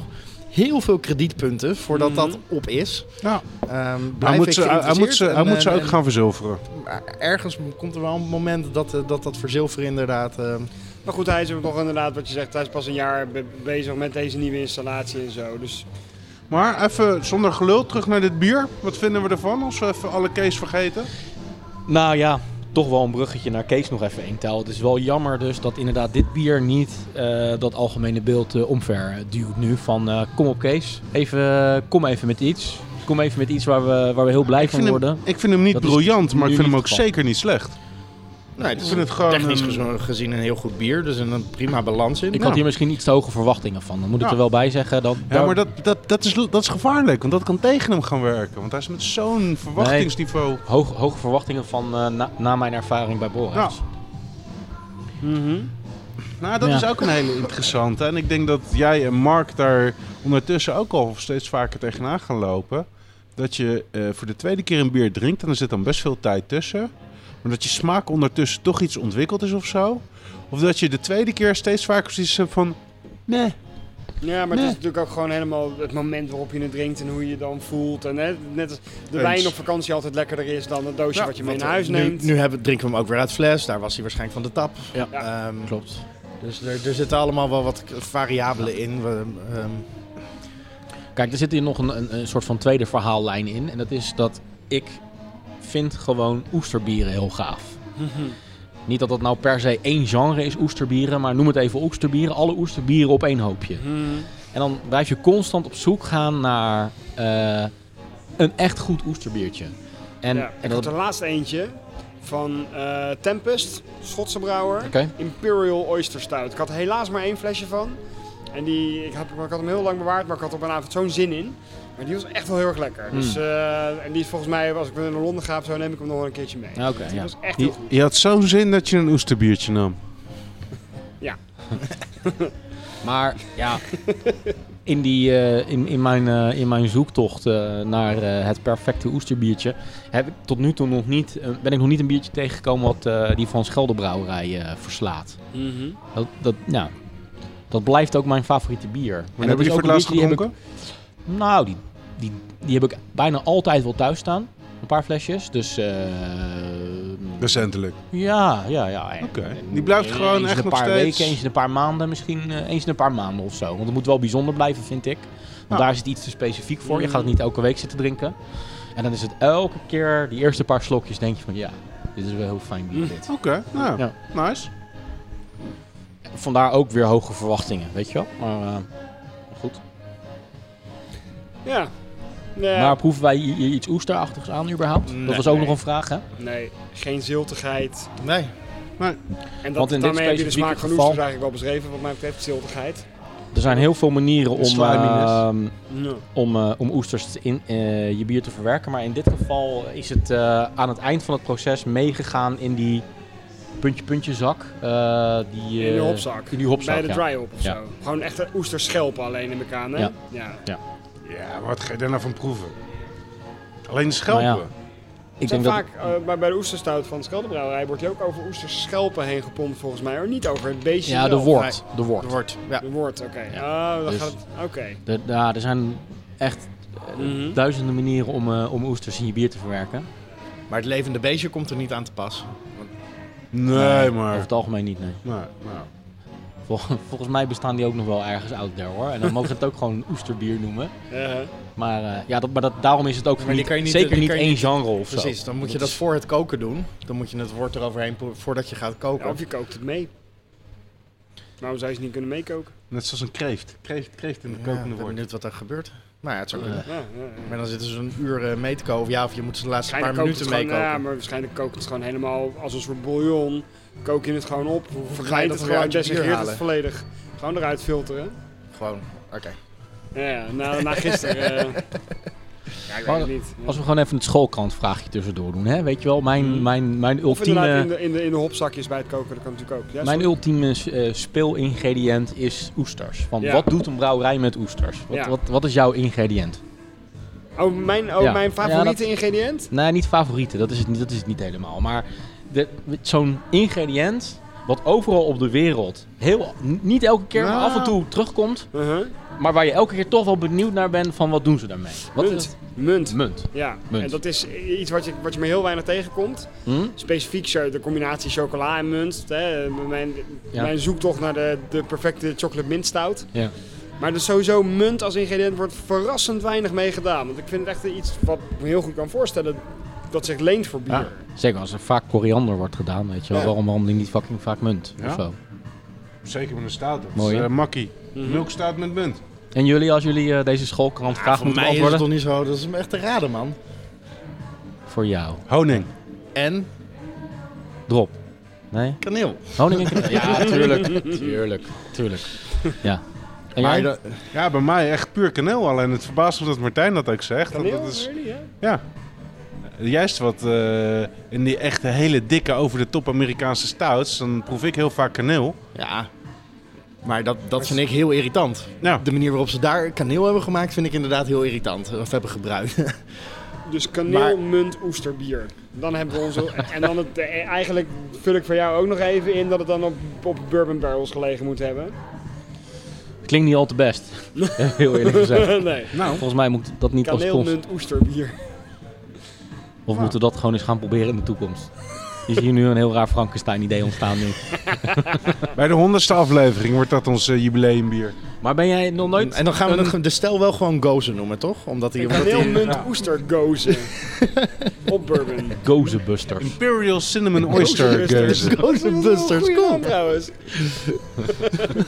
B: heel veel kredietpunten voordat dat op is.
C: Ja.
B: Ehm,
C: Mhm. Hij
B: blijf
C: moet
B: ik
C: ze, hij moet ze, hij
B: geïnteresseerd
C: moet ze
B: en,
C: ook
B: eh,
C: gaan verzilveren.
B: en Ergens komt er wel een moment dat eh, dat, dat verzilveren inderdaad...
C: Nou,
B: eh,
D: Maar goed, hij is ook nog inderdaad, wat je zegt, hij is pas een jaar be- bezig met deze nieuwe installatie en zo. Dus
C: Maar even zonder gelul terug naar dit bier. Wat vinden we ervan als we even alle Kees vergeten?
F: Nou ja, toch wel een bruggetje naar Kees nog even één taal. Het is wel jammer dus dat inderdaad dit bier niet eh, dat algemene beeld eh, omver duwt nu. Van eh, kom op Kees, even, eh, kom even met iets. Kom even met iets waar we, waar we heel blij
C: Ik
F: van
C: vind,
F: worden.
C: hem, ik vind hem niet
F: Dat is
C: briljant, maar
F: nu
C: ik vind hem
F: niet
C: ook
F: het geval.
C: zeker niet slecht.
B: nee, nou, het
C: Ik
B: is
C: vind het gewoon...
B: technisch
C: een-
B: gezien- gezien een heel goed bier. Dus een, een prima balans in.
F: Ik had hier misschien iets te hoge verwachtingen van. Dan moet ik
C: Ja.
F: er wel bij zeggen. Dat,
C: Ja, maar dat, dat, dat, is, dat is gevaarlijk, want dat kan tegen hem gaan werken. Want hij is met zo'n verwachtingsniveau.
F: hoog, hoge verwachtingen van eh, na, na mijn ervaring bij Boris.
C: Nou, dat
F: Ja.
C: is ook een hele interessante. En ik denk dat jij en Mark daar ondertussen ook al steeds vaker tegenaan gaan lopen. Dat je eh, voor de tweede keer een bier drinkt en er zit dan best veel tijd tussen. Maar dat je smaak ondertussen toch iets ontwikkeld is of zo. Of dat je de tweede keer steeds vaker zoiets hebt van... Nee.
D: ja, maar het
C: Nee.
D: is natuurlijk ook gewoon helemaal het moment waarop je het drinkt en hoe je je dan voelt. En hè, net als de
C: Eens.
D: wijn op vakantie altijd lekkerder is dan het doosje
C: Ja, eh,
D: wat je mee
B: Want eh,
D: naar huis
B: nu,
D: neemt.
B: Nu hebben, drinken we hem ook weer uit fles. Daar was hij waarschijnlijk van de tap.
F: Ja.
B: Ehm,
F: Klopt.
B: dus er, er zitten allemaal wel wat variabelen in. We, ehm,
F: Kijk, er zit hier nog een, een, een soort van tweede verhaallijn in. En dat is dat ik vind gewoon oesterbieren heel gaaf.
D: Mhm.
F: Niet dat dat nou per se één genre is, oesterbieren, maar noem het even oesterbieren. Alle oesterbieren op één hoopje.
D: Mhm.
F: En dan blijf je constant op zoek gaan naar eh, een echt goed oesterbiertje. En,
D: ja.
F: en
D: Ik had
F: dat...
D: er laatst eentje van eh, Tempest, Schotse brouwer.
F: Oké.
D: Imperial Oyster Stout. Ik had er helaas maar één flesje van. En die, ik, had, ik had hem heel lang bewaard, maar ik had er op een avond zo'n zin in. Maar die was echt wel heel erg lekker. Dus,
F: Hmm.
D: eh, en die is volgens mij, als ik weer naar Londen ga, of zo neem ik hem nog wel een keertje mee.
F: Ja, Oké,
D: Die
F: ja.
D: was echt heel
C: Je,
D: goed.
C: je had zo'n zin dat je een oesterbiertje nam.
F: Maar ja, in, die, eh, in, in, mijn, eh, in mijn zoektocht eh, naar eh, het perfecte oesterbiertje heb ik tot nu toe nog niet, eh, ben ik nog niet een
D: Mhm.
F: biertje tegengekomen wat eh, die van Scheldebrouwerij eh, verslaat. Dat, dat, ja, Dat blijft ook mijn favoriete bier. En dat
C: Wanneer heb
F: is
C: je die voor
F: ook
C: het laatst
F: een biertje die heb
C: gedronken?
F: ik- nou, die, die, die heb ik bijna altijd wel thuis staan. Een paar flesjes. Dus eh,
C: Recentelijk.
F: ja, ja, ja. En-
C: Oké.
F: en-
C: Die blijft
F: en-
C: gewoon
F: eens in
C: echt
F: een
C: nog
F: paar
C: steeds-
F: weken, eens in een paar maanden misschien. eh, eens in een paar maanden of zo. Want het moet wel bijzonder blijven, vind ik. Want
C: Ja. Mm.
F: daar zit iets te specifiek voor. Je gaat het niet elke week zitten drinken. En dan is het elke keer, die eerste paar slokjes, denk je van ja, dit is wel heel fijn bier dit.
C: Oké, nou,
F: Ja.
C: nice.
F: Vandaar ook weer hoge verwachtingen, weet je wel. Maar eh, goed.
D: Ja. Ja.
F: Maar proeven wij i- i- iets oesterachtigs aan überhaupt? dat
B: Nee.
F: was ook
D: Nee.
F: nog een vraag, hè?
D: Nee, geen ziltigheid.
B: Nee.
D: En
F: Want
D: dat,
F: in dit
D: daarmee heb je
F: specifieke
D: de smaak van
F: geval-
D: oesters eigenlijk wel beschreven, wat mij betreft ziltigheid.
F: Er zijn heel veel manieren om,
C: Sliminess.
F: eh, om, eh, om oesters te in eh, je bier te verwerken. Maar in dit geval is het eh, aan het eind van het proces meegegaan in die puntje-puntje zak. eh, die,
D: In de
F: eh,
D: hopzak.
F: In die hopzak,
D: Bij de
F: ja.
D: dry hop of
F: Ja.
D: zo. Gewoon echte oesterschelpen alleen in elkaar, hè?
F: Ja.
D: ja.
C: Ja, maar wat ga je daar nou van proeven? Alleen de schelpen.
F: Nou ja. Ik
D: Zijn
F: denk dat...
D: vaak, eh, bij, bij de oesterstout van de Scheldebrouwerij wordt je ook over oesterschelpen heen gepompt volgens mij. Hoor. Niet over het beestje
F: Ja, de
D: zelf.
F: wort. De wort.
B: Er wordt. Ja.
D: De woord, oké. Oh, dan
F: Dus-
D: gaat het... Oké.
F: De, ja, er zijn echt eh,
D: Mhm.
F: duizenden manieren om, eh, om oesters in je bier te verwerken.
B: Hm? Maar het levende beestje komt er niet aan te pas.
C: Nee,
F: Over
C: maar.
F: het algemeen niet, nee.
C: Nou, nou.
F: Vol- <laughs> volgens mij bestaan die ook nog wel ergens out there hoor. En dan mogen ze het ook gewoon oesterbier noemen.
D: Eh,
F: Maar, eh, ja, dat, maar dat, daarom is het ook
B: Maar die
F: niet,
B: kan je niet-
F: zeker
B: die
F: niet
B: kan je
F: één
B: niet-
F: genre of zo.
B: Precies, dan moet je dat voor het koken doen. Dan moet je het wort eroverheen pro- voordat je gaat
D: ja,
B: koken.
D: of je kookt het mee. Waarom zou je ze niet kunnen meekoken?
C: Net zoals een kreeft. Kreeft, kreeft in de
B: Ja,
C: kokende
B: ik ben
C: woord.
B: benieuwd wat er gebeurt. Nou ja, het zou
F: Ja.
B: kunnen.
D: Ja, ja, ja.
B: Maar dan zitten ze een uur eh, mee te koken. Of ja, of je moet ze de laatste paar
D: Waarschijnlijk kookt het
B: minuten mee
D: gewoon,
B: koken.
D: ja, maar waarschijnlijk kookt het gewoon helemaal als een soort bouillon. Kook je het gewoon op,
B: je
D: verdwijnt
B: dat
D: het
B: weer uit
D: gewoon,
B: je bier
D: desegreert het
B: halen?
D: volledig. Gewoon eruit filteren.
B: Gewoon, oké.
D: Ja, ja, na, na
F: <laughs>
D: gisteren. eh. ja, ik weet het niet. Ja.
F: Als we gewoon even het schoolkrantvraagje tussendoor doen, hè? weet je wel, mijn,
D: Mhm.
F: mijn, mijn
D: Of inderdaad in
F: ultieme,
D: de, in, de, in de hopzakjes bij het koken, dat kan natuurlijk ook. Ja,
F: mijn
D: sorry.
F: ultieme eh, speelingrediënt is oesters. Want
D: Ja.
F: wat doet een brouwerij met oesters? Wat,
D: Ja.
F: wat, wat is jouw ingrediënt?
D: Oh, mijn, oh,
F: Ja.
D: mijn
F: Ja,
D: favoriete
F: dat-
D: ingrediënt?
F: Nee, niet favoriete, dat is het, niet- dat is het niet helemaal. Maar de- zo'n ingrediënt wat overal op de wereld, heel, n- niet elke keer, maar af en toe terugkomt,
D: Uh-huh.
F: maar waar je elke keer toch wel benieuwd naar bent van wat doen ze daarmee? Wat
D: Munt.
F: is het?
D: Munt.
F: Munt.
D: Ja,
F: Munt.
D: en dat is iets wat je, wat je me heel weinig tegenkomt.
F: Hm?
D: Specifiek zo de combinatie chocola en munt. Hè. Mijn,
F: Ja.
D: mijn zoektocht naar de, de perfecte chocolate mint stout.
F: Ja.
D: Maar dus sowieso munt als ingrediënt wordt verrassend weinig mee gedaan. Want ik vind het echt iets wat ik me heel goed kan voorstellen dat zich leent voor bier.
F: Ja. Zeker als er vaak koriander wordt gedaan, weet je wel.
C: Ja.
F: Waarom, waarom die niet fucking vaak munt
C: Ja.
F: of zo?
C: Zeker met een staat. Dat
F: Mooi,
C: is
F: hè?
C: eh, makkie.
D: Mhm.
C: Melkstaat met munt.
F: En jullie, als jullie eh, deze schoolkrant
B: Ja,
F: vragen
B: voor
F: moeten
B: mij is het
F: beantwoorden?
B: toch niet zo, dat is hem echt te raden, man.
F: Voor jou.
C: Honing.
B: En
F: Drop. Nee?
B: kaneel.
F: Honing en
B: <laughs>
F: kaneel. Ja, tuurlijk. Tuurlijk. Tuurlijk. Ja. En
C: Maar
F: jij?
C: dat- ja, bij mij echt puur kaneel. Alleen het verbaast me dat Martijn dat ook zegt. want
D: Kaneel,
C: dat is,
D: really, ja?
C: ja. Juist wat eh, in die echte hele dikke over de top Amerikaanse stouts, dan proef ik heel vaak kaneel.
B: Ja, maar dat, dat vind ik heel irritant.
C: Nou,
B: De manier waarop ze daar kaneel hebben gemaakt vind ik inderdaad heel irritant. Of hebben gebruikt.
D: Dus kaneel,
B: Maar-
D: munt, oesterbier. Dan hebben we onze. en dan het, eh, eigenlijk vul ik voor jou ook nog even in dat het dan op, op bourbon barrels gelegen moet hebben. <laughs>
F: Klinkt niet al te
B: <laughs>
F: best. Heel eerlijk gezegd.
D: nee.
C: nou
F: Volgens mij moet dat niet als
D: Kaneel,
F: kost.
D: munt, oesterbier.
F: Of
B: Ah.
F: moeten we dat gewoon eens gaan proberen in de toekomst? Is hier nu een heel raar Frankenstein-idee ontstaan nu.
C: bij de honderdste aflevering wordt dat ons eh, jubileumbier.
F: Maar ben jij nog nooit...
B: En dan gaan we
F: een-
B: de, de stel wel gewoon gozer noemen, toch? Omdat hij... Omdat
D: Kaneel,
B: die-
D: munt, oestergozen. op bourbon.
F: Gozenbusters.
C: Imperial Cinnamon Oyster
D: Oesterbusters.
C: Geuze.
B: Gozerbusters,
D: Goeie naam
B: kom!
D: trouwens.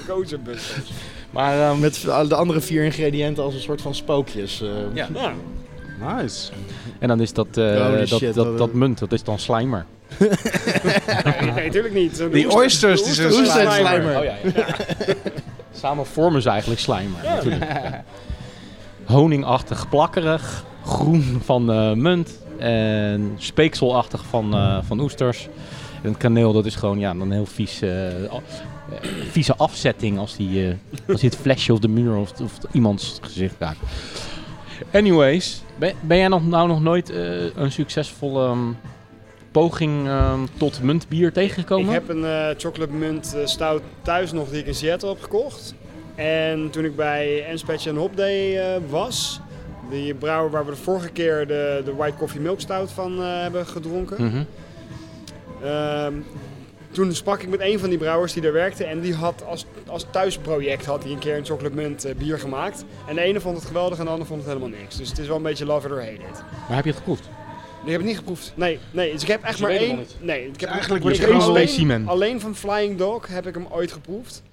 D: Gozerbusters.
F: Maar... ehm,
B: Met de andere vier ingrediënten als een soort van spookjes. eh.
F: Ja.
D: Nou,
C: Nice.
F: en dan is dat, eh,
B: Holy
F: dat,
B: shit,
F: dat,
B: wat-
F: dat munt, dat is dan Slimer.
D: nee, natuurlijk niet. De
C: Die
D: oester-
C: oysters,
D: de
C: die zijn
D: oesters-
B: slijmer.
D: slijmer.
F: Oh ja, ja.
D: <laughs>
F: Samen vormen ze eigenlijk slijmer. natuurlijk. Ja. Honingachtig plakkerig, groen van eh, munt en speekselachtig van, eh, van oesters. En het kaneel, dat is gewoon ja, een heel vies, eh, a- eh, vieze afzetting als, die, eh, als die het flesje of de muur of, of iemands gezicht raakt. Anyways, ben, ben jij nog, nou nog nooit eh, een succesvolle ehm, poging ehm, tot muntbier
D: Ik
F: tegengekomen?
D: heb een eh chocolate munt eh, stout thuis nog die ik in Seattle heb gekocht. En toen ik bij Enspatch and Hop Day eh, was, die brouwer waar we de vorige keer de, de White Coffee Milk Stout van eh, hebben gedronken.
F: Mhm.
D: Ehm, toen sprak ik met een van die brouwers die daar werkte en die had als, als thuisproject had hij een keer een chocolate munt eh, bier gemaakt. En de ene vond het geweldig en de ander vond het helemaal niks. Dus het is wel een beetje love it or hate it.
F: Maar heb je het geproefd?
D: Die heb ik niet geproefd. Nee, nee. Dus ik heb echt
F: Ze
D: maar
F: weten
D: één.
F: nog niet.
D: Nee, ik heb
C: Eigenlijk
D: ik
C: wordt
F: je
D: heb
F: gewoon
D: alleen-
F: specimen.
D: Alleen van Flying Dog heb ik hem ooit geproefd.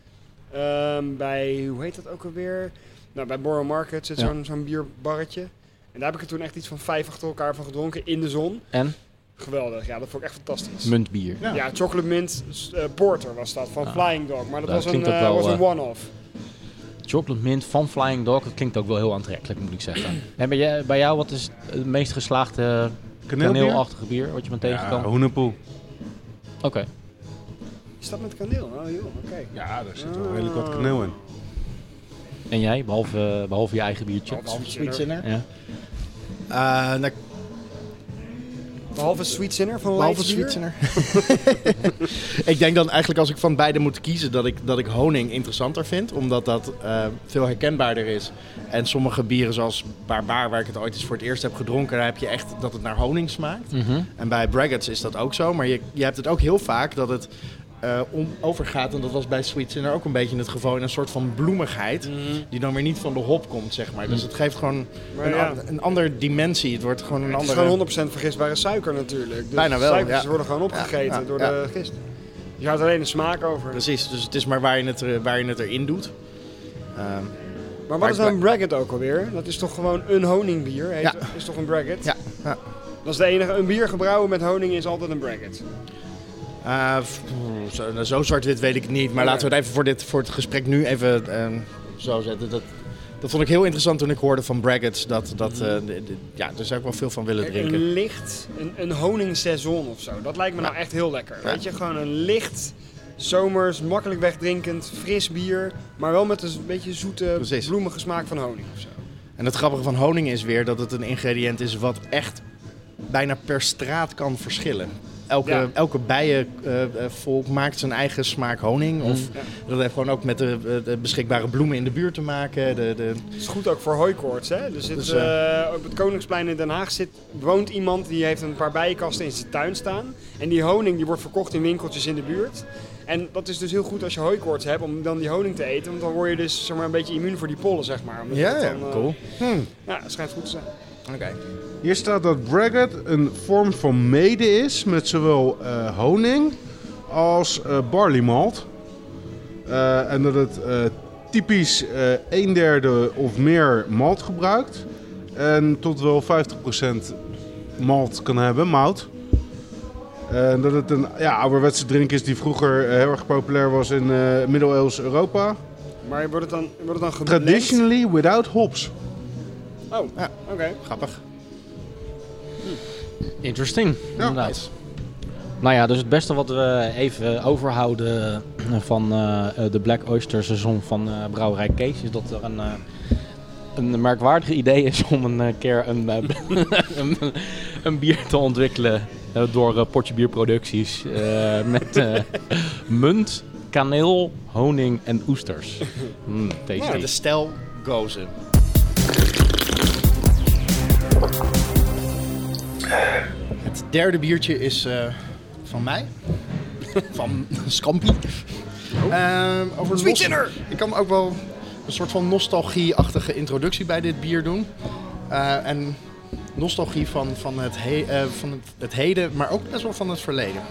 D: Ehm, bij, hoe heet dat ook alweer? Nou, bij Borough Market zit
F: Ja.
D: zo'n zo'n bierbarretje. En daar heb ik er toen echt iets van vijf achter elkaar van gedronken in de zon.
F: En?
D: Geweldig, ja, dat vond ik echt fantastisch.
F: Muntbier.
C: Ja.
D: Ja, Chocolate Mint eh, Porter was dat, van
F: Ah.
D: Flying Dog. Maar dat,
F: Dat
D: was, een,
F: klinkt ook
D: eh,
F: wel,
D: was een
F: eh,
D: one-off.
F: Chocolate mint van Flying Dog, dat klinkt ook wel heel aantrekkelijk, moet ik zeggen. <clears throat> en bij jou, bij jou, wat is het meest geslaagde
C: Kaneelbier?
F: kaneelachtige bier wat je bent
C: Ja,
F: tegengekomen?
C: hoenepoel.
F: Oké.
D: Is dat met kaneel? Oh joh, oké.
C: Ja, daar zit wel redelijk wat kaneel in.
F: En jij, behalve, eh, behalve je eigen biertje?
B: Sweet Sinner.
F: Ja.
B: Eh, nou,
D: Behalve Sweet Sinner van
B: Behalve
D: Leidsbier.
B: Zwitserner. <laughs> ik denk dan eigenlijk als ik van beide moet kiezen dat ik, dat ik honing interessanter vind. Omdat dat eh, veel herkenbaarder is. En sommige bieren zoals Barbaar, waar ik het ooit eens voor het eerst heb gedronken. Daar heb je echt dat het naar honing smaakt.
F: Mhm.
B: En bij Braggots is dat ook zo. Maar je, je hebt het ook heel vaak dat het eh, om, overgaat. En dat was bij Sweet Sinner ook een beetje het geval. In een soort van bloemigheid.
D: Mhm.
B: Die dan weer niet van de hop komt, zeg maar. Dus het geeft gewoon
D: Maar
B: een,
D: ja.
B: an- een andere dimensie. Het wordt gewoon een
D: Het is
B: andere...
D: gewoon 100% vergistbare suiker natuurlijk. Dus
B: Bijna wel,
D: Suikers
B: ja.
D: worden gewoon opgegeten
B: Ja, ja,
D: door
B: ja.
D: de gist. Je houdt alleen de smaak over.
B: Precies, dus het is maar waar je het, er- waar je het erin doet. Ehm,
D: Maar wat
B: Maar
D: is
B: ik
D: nou een braggot ook alweer? Dat is toch gewoon een honingbier? Heet
B: Ja.
D: Is toch een braggot?
B: ja. ja.
D: Dat is de enige. Een bier gebrouwen met honing is altijd een braggot.
B: Eh, f- zo, nou, zo zwart-wit weet ik het niet, maar
D: Ja.
B: laten we het even voor, dit, voor het gesprek nu even ehm, zo zetten. Dat, dat vond ik heel interessant toen ik hoorde van Braggots. Dat, dat,
D: Mhm.
B: eh, de- de- ja, daar zou ik wel veel van willen
D: Een
B: drinken.
D: licht, een, een honingseizoen of zo. Dat lijkt me nou echt heel lekker.
B: Ja.
D: Weet je, gewoon een licht, zomers, makkelijk wegdrinkend, fris bier. Maar wel met een beetje zoete,
B: Precies.
D: bloemige smaak van honing of zo.
B: En het grappige van honing is weer dat het een ingrediënt is wat echt bijna per straat kan verschillen. Elke,
D: Ja.
B: elke bijenvolk eh, maakt zijn eigen smaak honing. Of dat heeft gewoon ook met de, eh, de beschikbare bloemen in de buurt te maken. De, de,
D: Het is goed ook voor hooikoorts, hè? Er zit,
B: Dus,
D: eh, op het Koningsplein in Den Haag zit, woont iemand die heeft een paar bijenkasten in zijn tuin staan. En die honing die wordt verkocht in winkeltjes in de buurt. En dat is dus heel goed als je hooikoorts hebt om dan die honing te eten. Want dan word je dus zeg maar, een beetje immuun voor die pollen, zeg maar. Omdat dat dan, eh, Ja, dat schijnt goed te zijn.
B: Oké.
C: Hier staat dat braggot een vorm van mede is met zowel eh, honing als eh barley malt. Eh, en dat het eh, typisch eh een derde of meer malt gebruikt. En tot wel 50% malt kan hebben, mout. En dat het een ja, ouderwetse drink is die vroeger eh, heel erg populair was in eh middeleeuws Europa.
D: Maar wordt het dan, wordt het dan geblend?
C: Traditionally without hops.
D: Oh,
B: Ja.
D: oké.
B: Grappig.
F: Interesting, inderdaad.
B: nice.
F: Nou ja, dus het beste wat we even overhouden van eh, eh, de Black Oyster seizoen van eh, Brouwerij Kees... is dat er een, eh, een merkwaardig idee is om een eh, <laughs> keer een, eh, een, een bier te ontwikkelen... eh, door eh, Potje Bierproducties eh, met eh, munt, kaneel, honing en oesters. Mm, tasty.
B: Ja, de stel gozen. Het derde biertje is eh, van mij. Van Scampi. Ehm, over de los- Ik kan ook wel een soort van nostalgie-achtige introductie bij dit bier doen. Eh, en nostalgie van, van, het he- eh, van het, het heden, maar ook best wel van het verleden.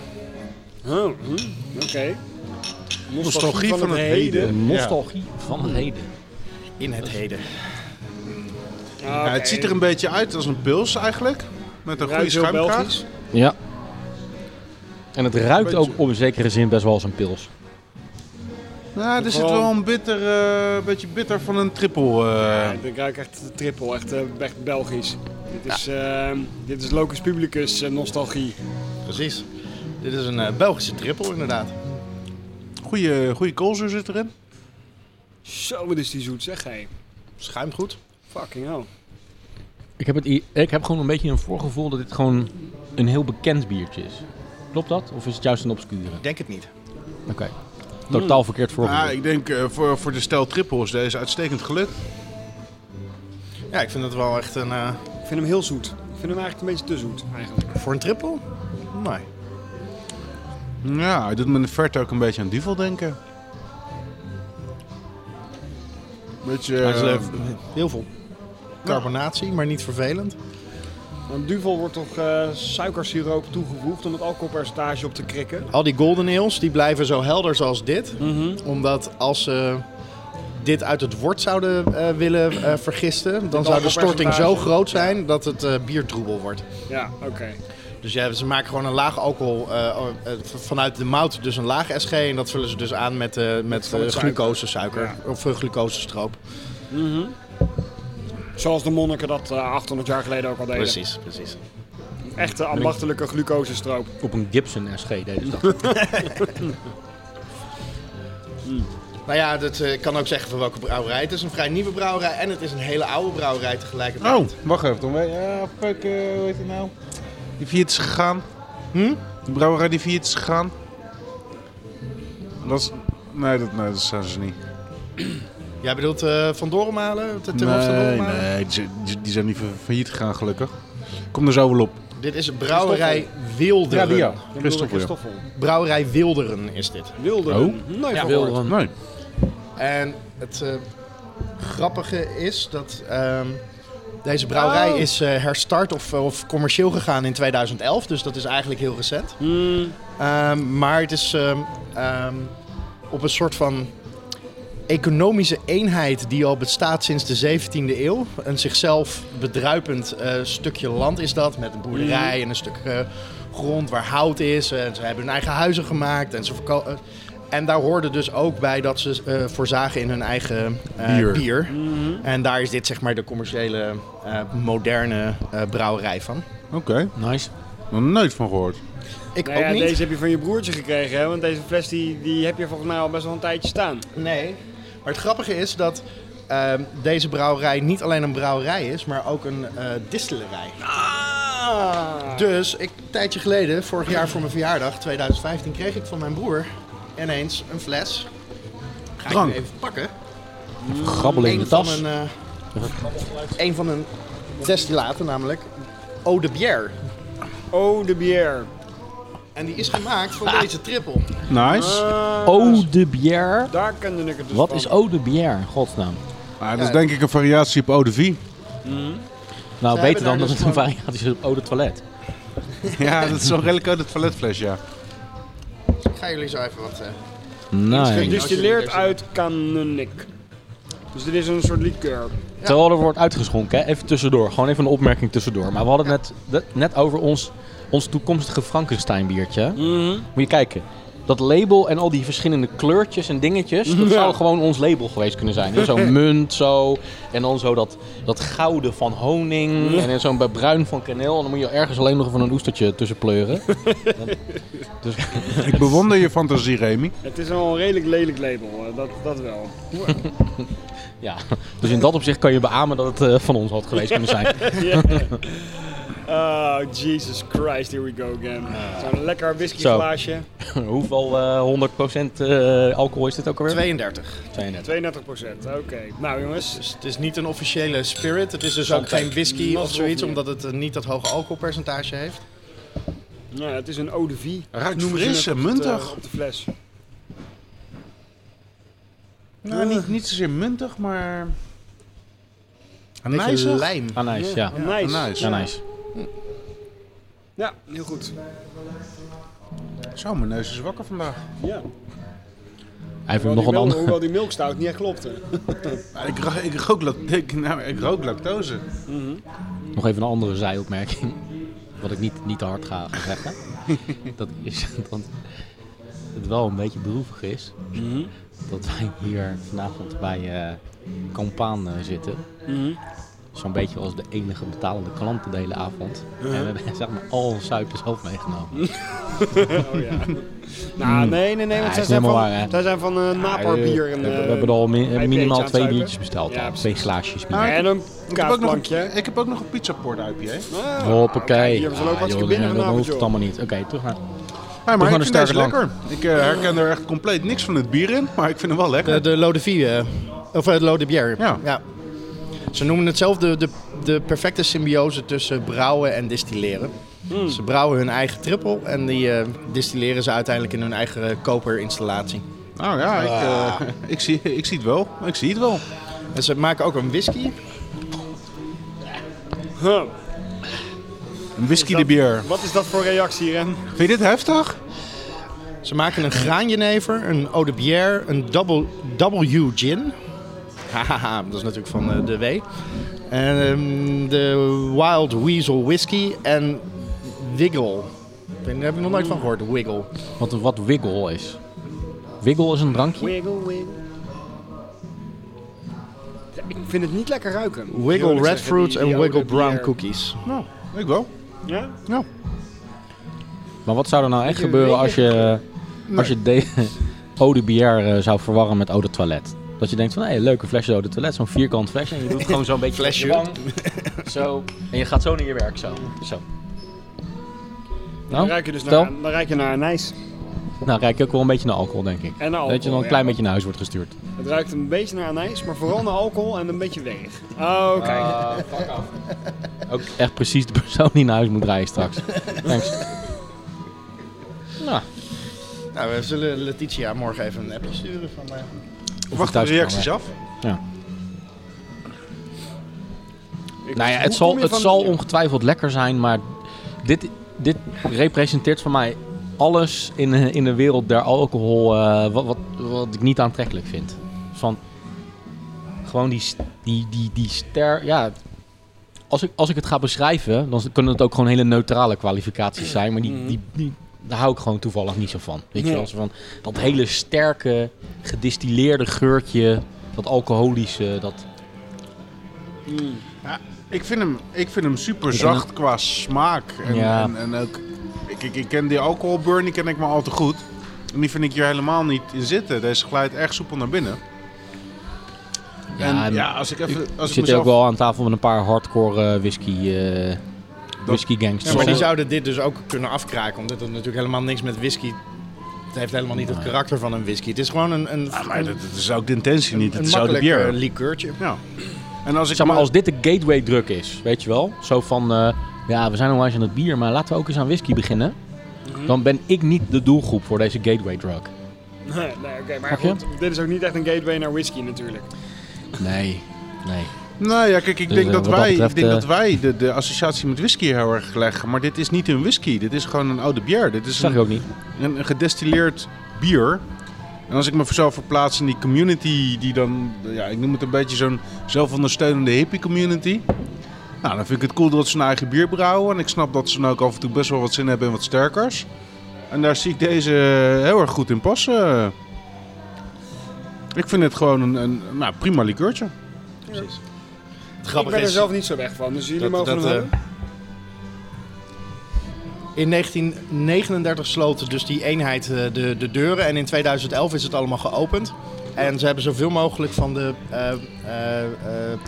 D: Oh, hm, oké.
C: Nostalgie van het
F: De nostalgie van het heden.
B: In het heden.
D: Ah,
C: Ja, het
D: oké.
C: ziet er een beetje uit als een pils eigenlijk. Met een goede
D: Ruikt heel
C: schuimkraag.
D: Belgisch.
F: Ja. En het ruikt
C: Beetje-
F: ook op een zekere zin best wel als een pils.
C: Nou, er zit
D: Gewoon-
C: wel een bitter, eh, beetje bitter van een triple. eh.
D: Ik ruik echt de triple, echt, eh, echt Belgisch. Dit is, ehm, dit is Locus Publicus eh, nostalgie.
B: Precies. Dit is een eh, Belgische trippel inderdaad.
C: goeie, goeie koolzuur zit erin.
D: Zo, wat is die zoet, zeg hé.
B: Schuimt goed.
D: Fucking hell.
F: Ik heb, het, i- ik heb gewoon een beetje een voorgevoel dat dit gewoon een heel bekend biertje is. Klopt dat? Of is het juist een obscure? Hmm.
B: Ik denk het niet.
F: Oké. Totaal verkeerd voorbeeld.
C: Ah, ik denk eh, voor, voor de stijl triple is deze uitstekend gelukt.
B: Ja, ik vind dat wel echt een... eh,
D: Ik vind hem heel zoet. Ik vind hem eigenlijk een beetje te zoet, eigenlijk.
B: voor een triple? Nee.
C: Ja, hij doet me in de verte ook een beetje aan Duvel denken. Beetje...
B: Hij is,
C: eh,
B: eh, heel veel carbonatie, maar niet vervelend.
D: Want Duvel wordt toch eh, suikersiroop toegevoegd om het alcoholpercentage op te krikken.
B: Al die golden ales, die blijven zo helder zoals dit. Omdat als ze dit uit het wort zouden eh, willen eh, vergisten, dan zou de storting zo
D: alcoholpercentage.
B: groot zijn dat het eh bier troebel wordt.
D: Ja, oké.
B: Dus ja, ze maken gewoon een laag alcohol eh, eh, v- vanuit de mout, dus een laag SG. En dat vullen ze dus aan met, eh met
D: van het suiker.
B: glucosesuiker of eh, glucosestroop.
D: Zoals de monniken dat eh, 800 jaar geleden ook al deden.
B: Precies, precies.
D: Een Echte ambachtelijke glucosestroop.
F: Op een Gibson SG deden <laughs> ze dat.
B: Nou ja, dat, eh, ik kan ook zeggen van welke brouwerij. Het is een vrij nieuwe brouwerij en het is een hele oude brouwerij tegelijkertijd.
C: Oh, wacht even. Dan weet Ja, fuck, eh, hoe heet het nou? Die failliet is gegaan.
B: Hm?
C: De brouwerij die failliet is gegaan. Dat is... Nee, dat, nee, dat zijn ze niet.
B: Jij bedoelt eh, Van Dorenmalen? Tim Hof van Dorenmalen?
C: nee, die zijn- die, die zijn niet fa- failliet gegaan gelukkig. Kom er zo wel op. Eh,
B: Dit is brouwerij Wilderen.
D: Dan bedoel ik
C: Christopher. ja.
D: Christoffel.
B: Brouwerij Wilderen is dit.
D: Wilderen.
C: Oh.
D: Nooit van gehoord.
F: Wil,
C: Nee.
B: En het eh, grappige is dat ehm, deze brouwerij
D: Oh.
B: is eh, herstart of, of commercieel gegaan in 2011. Dus dat is eigenlijk heel recent.
D: Hmm,
B: Ehm, maar het is ehm, ehm, op een soort van economische eenheid die al bestaat sinds de 17e eeuw. Een zichzelf bedruipend eh, stukje land is dat, met een boerderij en een stuk eh, grond waar hout is. En ze hebben hun eigen huizen gemaakt en ze verko- eh, en daar hoorde dus ook bij dat ze eh, voorzagen in hun eigen eh, bier.
C: Bier.
D: Mhm.
B: En daar is dit zeg maar de commerciële, eh, moderne eh, brouwerij van.
C: Oké,
F: Nice.
C: nog nooit van gehoord.
B: Ik
D: nou
B: ook
D: ja,
B: niet.
D: deze heb je van je broertje gekregen, hè? want deze fles die, die heb je volgens mij al best wel een tijdje staan.
B: Nee. Maar het grappige is dat ehm, deze brouwerij niet alleen een brouwerij is, maar ook een eh, distillerij. Dus ik, een tijdje geleden, vorig jaar voor mijn verjaardag, 2015, kreeg ik van mijn broer ineens een fles. Ga ik
C: Drank.
B: hem even pakken.
F: Grabbel in de
B: Eén van
F: tas.
B: een, eh een van een destillaten, namelijk Eau de Bière.
D: Oh, de bier.
B: En die is gemaakt van
F: Ah.
B: deze triple.
C: Nice.
F: eh,
D: Oh.
F: Eau de bière.
D: Daar kende ik het dus
F: Ah. Wat
D: van.
F: is eau de bière? Godsnaam.
C: Ah, dat is denk ik een variatie op Eau de Vie.
F: Nou,
B: Ze
F: beter
B: hebben
F: dan
B: daar
F: dat
B: dus
F: het een
B: gewoon-
F: variatie is op eau de toilet.
C: <laughs> ja, dat is zo'n redelijk uit het toiletfles, ja.
B: Ik ga jullie zo even wat... eh,
F: Nice.
B: Inschenken.
D: Gedistilleerd uit Canonik. Dus dit is een soort liqueur.
F: Terwijl er wordt uitgeschonken, hè? even tussendoor. Gewoon even een opmerking tussendoor. Maar we hadden het net, de- net over ons, ons toekomstige Frankenstein biertje. Moet je kijken. Dat label en al die verschillende kleurtjes en dingetjes, dat zou gewoon ons label geweest kunnen zijn. En Zo'n munt zo, en dan zo dat, dat gouden van honing, en en zo'n bij bruin van kaneel. En dan moet je ergens alleen nog van een oestertje tussen pleuren. dus
C: <laughs> Ik bewonder je fantasie, Remy.
D: Het is al een redelijk lelijk label, eh, dat, dat wel.
F: ja, dus in dat opzicht kan je beamen dat het eh, van ons had geweest kunnen zijn.
D: Oh, Jesus Christ, here we go again. Zo'n lekker whiskyglaasje.
F: Hoeveel eh 100% eh, alcohol is dit ook alweer?
B: 32.
F: 32.
D: 32 oké. Nou jongens,
B: Dus het is niet een officiële spirit. Het is dus ook
D: Zandtijd.
B: geen whisky
D: Mazzel
B: of zoiets,
D: bier.
B: omdat het eh, niet dat hoge alcoholpercentage heeft.
D: ja, het is een eau de vie.
C: Ruikt
D: Noemen ze het
C: fris en
D: op het,
C: muntig.
D: eh, Op de fles.
C: Nou, niet, niet zozeer muntig, maar...
B: Beetje
C: Anijzig?
B: lijm.
F: Anijs, ja.
D: nice.
C: anijs.
F: Anijs.
D: Ja, heel goed.
C: Zo, mijn neus is wakker vandaag.
D: Ja.
F: Hij heeft
D: Hoewel,
F: nog
D: die
F: een
D: melk,
F: andere.
D: hoewel die milkstout niet echt
F: <laughs>
D: klopte.
C: Maar Ik, ro- ik, rook, lact- ik, nou, ik rook lactose.
F: Nog even een andere zijopmerking. <laughs> Wat ik niet, niet te hard ga
D: <laughs>
F: zeggen. dat is dat het wel een beetje droevig is.
D: Mhm. Mhm.
F: Dat wij hier vanavond bij eh Campaan eh, zitten. zo'n beetje als de enige betalende klant de hele avond.
D: Uh-huh.
F: En dan <laughs> zeg maar al suipen zelf meegenomen.
D: Oh, ja. nou, nee, nee, nee.
F: Hmm. Ja, is
D: Want zij,
F: niet
D: zijn van,
F: helemaal waar, hè?
D: zij zijn van eh Napar bier. En,
F: we,
D: eh,
F: hebben er al mi-
D: IPA's aan
F: minimaal
D: het
F: twee
D: zuipen.
F: biertjes besteld.
D: Ja,
F: al.
D: precies. Ah,
F: Twee glaasjes bier.
D: en een
C: Ik heb, ook nog
D: kaasplankje.
C: een, ik heb ook nog een pizza port IPA.
D: Ah, kijk,
F: Hoppakee.
D: Hier, we zijn
F: Ah,
D: ook hartstikke
F: joh,
D: binnen
F: dan
D: vanavond,
F: hoeft het
D: joh.
F: allemaal niet. Oké, terug naar...
C: Ja, maar
F: Doe
C: ik
F: gewoon een
C: vind deze
F: sterke
C: lekker. Ik eh, herken er echt compleet niks van het bier in, maar ik vind hem wel lekker.
B: De, de Lode Vie, eh, of eh, de Lode Bière.
C: Ja.
B: Ze noemen het zelf de, de, de perfecte symbiose tussen brouwen en distilleren. Ze brouwen hun eigen trippel en die eh, distilleren ze uiteindelijk in hun eigen eh, koperinstallatie.
C: Nou ja, ik, eh, ik, zie, ik zie het wel. Ik zie het wel.
B: En ze maken ook een whisky.
D: Huh.
C: Een whisky de bier.
D: Wat is dat voor reactie, Rem?
C: Vind je dit heftig?
B: Ze maken een graanjenever, een eau de bière, een double, W gin. <laughs> Hahaha, dat is natuurlijk van eh, de W. En ehm, de Wild Weasel Whisky en Wiggle. Ik weet- Daar heb ik nog nooit van gehoord, Wiggle.
F: Wat, wat wiggle is. Wiggle is een drankje?
D: Wiggle, wiggle. Ja, Ik vind het niet lekker ruiken. moet ik
B: Wiggle
D: eerlijk
B: Red
D: zeggen, die-
B: Fruits
D: die
B: en
D: oude
B: Wiggle Brown
D: bier.
B: Cookies.
C: Nou, ik wel.
D: Ja?
F: Maar wat zou er nou echt
D: Beetje
F: gebeuren als
D: wiggle.
F: je, als je de, <laughs> eau de bière eh, zou verwarren met eau de toilet? Dat je denkt van, hé, leuke flesje eau de toilet. Zo'n vierkant flesje. En je doet gewoon zo'n beetje
B: Flesje.
F: op je wang. Zo. En je gaat zo naar je werk. Zo. zo.
D: Dan
F: Nou,
D: ruik je dus
F: vertel.
D: naar, dan ruik je naar anijs.
F: nou, kijk ook wel een beetje naar alcohol, denk ik.
D: En naar alcohol.
F: Dat je dan een
D: ja.
F: klein beetje naar huis wordt gestuurd.
D: Het ruikt een beetje naar anijs, maar vooral naar alcohol en een beetje weeg. Oh, kijk.
F: Ah,
D: <laughs>
F: Ook echt precies de persoon die naar huis moet rijden straks. Thanks. Nou,
B: Nou, we zullen Letitia morgen even een appje sturen van... eh,
C: Wacht de
F: thuis
C: reacties
F: kan,
C: af.
D: Ik-
F: nou ja,
D: hoe
F: het zal,
D: kom je
F: het
D: van-
F: zal ongetwijfeld lekker zijn, maar dit, dit representeert voor mij alles in, eh, in de wereld der alcohol eh, wat, wat, wat ik niet aantrekkelijk vind. Van gewoon die, s- die, die, die ster. Ja, als ik, als ik het ga beschrijven, dan kunnen het ook gewoon hele neutrale kwalificaties zijn, maar die, die, die, daar hou ik gewoon toevallig niet zo van. Weet je
D: Nee.
F: wel, Zo van dat hele sterke, gedistilleerde geurtje, dat alcoholische, dat.
C: Ik vind hem, ik vind hem super
F: vind
C: zacht qua smaak. En,
F: Ja.
C: en, en ook, ik, ik, ik ken die alcoholburn, die ken ik maar al te goed. En die vind ik hier helemaal niet in zitten. Deze glijdt echt soepel naar binnen. en ja, als ik even... Als
F: We
C: ik
F: zitten
C: mezelf...
F: ook wel aan tafel met een paar hardcore eh, whisky, eh, whisky
B: Ja,
F: gangsters.
B: maar die
F: Zo.
B: zouden dit dus ook kunnen afkraken, omdat het natuurlijk helemaal niks met whisky... Het heeft helemaal niet het karakter van een whisky. Het is gewoon een, een,
C: Ah, maar
B: een,
C: dat, dat is ook de intentie niet. Het
B: een
C: is ook de
B: makkelijk eh,
C: bier.
B: liqueurtje.
C: Ja. En als ik
F: Zeg maar,
C: me-
F: als dit de gateway druk is, weet je wel? Zo van, eh, ja, we zijn al eens aan het bier, maar laten we ook eens aan whisky beginnen. Dan ben ik niet de doelgroep voor deze gateway drug.
D: <laughs> Nee, nee, oké, maar
F: Mag je?
D: goed, dit is ook niet echt een gateway naar whisky natuurlijk.
F: Nee, nee.
C: Nou ja, kijk, ik
F: Dus,
C: denk,
F: eh,
C: dat
F: wat dat
C: wij,
F: betreft,
C: ik denk
F: eh,
C: dat wij de, de associatie met whisky heel erg leggen. Maar dit is niet een whisky. Dit is gewoon een oude bier. Dit is
F: Dat zag
C: een,
F: ik ook niet.
C: een, een gedestilleerd bier. En als ik me zo verplaats in die community die dan... Ja, ik noem het een beetje zo'n zelfondersteunende hippie community. Nou, dan vind ik het cool dat ze hun eigen bier brouwen. En ik snap dat ze dan ook af en toe best wel wat zin hebben in wat sterkers. En daar zie ik deze heel erg goed in passen. Ik vind het gewoon een, een nou, prima likeurtje.
B: Het
D: ik
B: grappige
D: ben er
B: is,
D: zelf niet zo weg van, dus jullie
B: Dat-
D: mogen
B: dat,
D: hem
B: eh,
D: hebben.
B: in 1939 sloot dus die eenheid eh, de, de deuren en in 2011 is het allemaal geopend. En ze hebben zoveel mogelijk van de eh, eh, eh,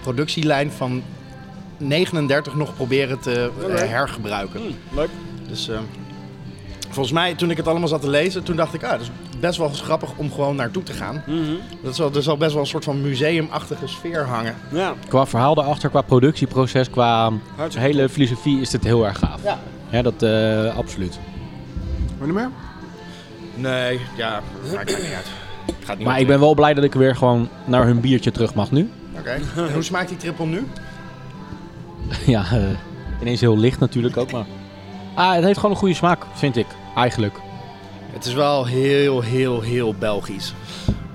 B: productielijn van 39 nog proberen te eh,
D: Oké.
B: hergebruiken.
D: Hm, leuk.
B: Dus eh, volgens mij, toen ik het allemaal zat te lezen, toen dacht ik, ah, dat is best wel grappig om gewoon naartoe te gaan. Dat zal, er zal best wel een soort van museumachtige sfeer hangen.
D: Ja,
F: Qua verhaal daarachter, qua productieproces, qua
D: hartstikke
F: hele filosofie is dit heel erg gaaf.
B: Ja.
F: Ja, dat eh, absoluut.
C: Wil je meer?
B: Nee, ja, maakt mij niet uit. Ik ga het niet
F: Maar ik ben wel blij dat ik weer gewoon naar hun biertje terug mag nu.
B: opnemen. Oké. En Hoe smaakt die triple nu?
F: Ja, eh, ineens heel licht natuurlijk ook, maar... Ah, het heeft gewoon een goede smaak, vind ik. Eigenlijk.
B: Het is wel heel, heel, heel Belgisch.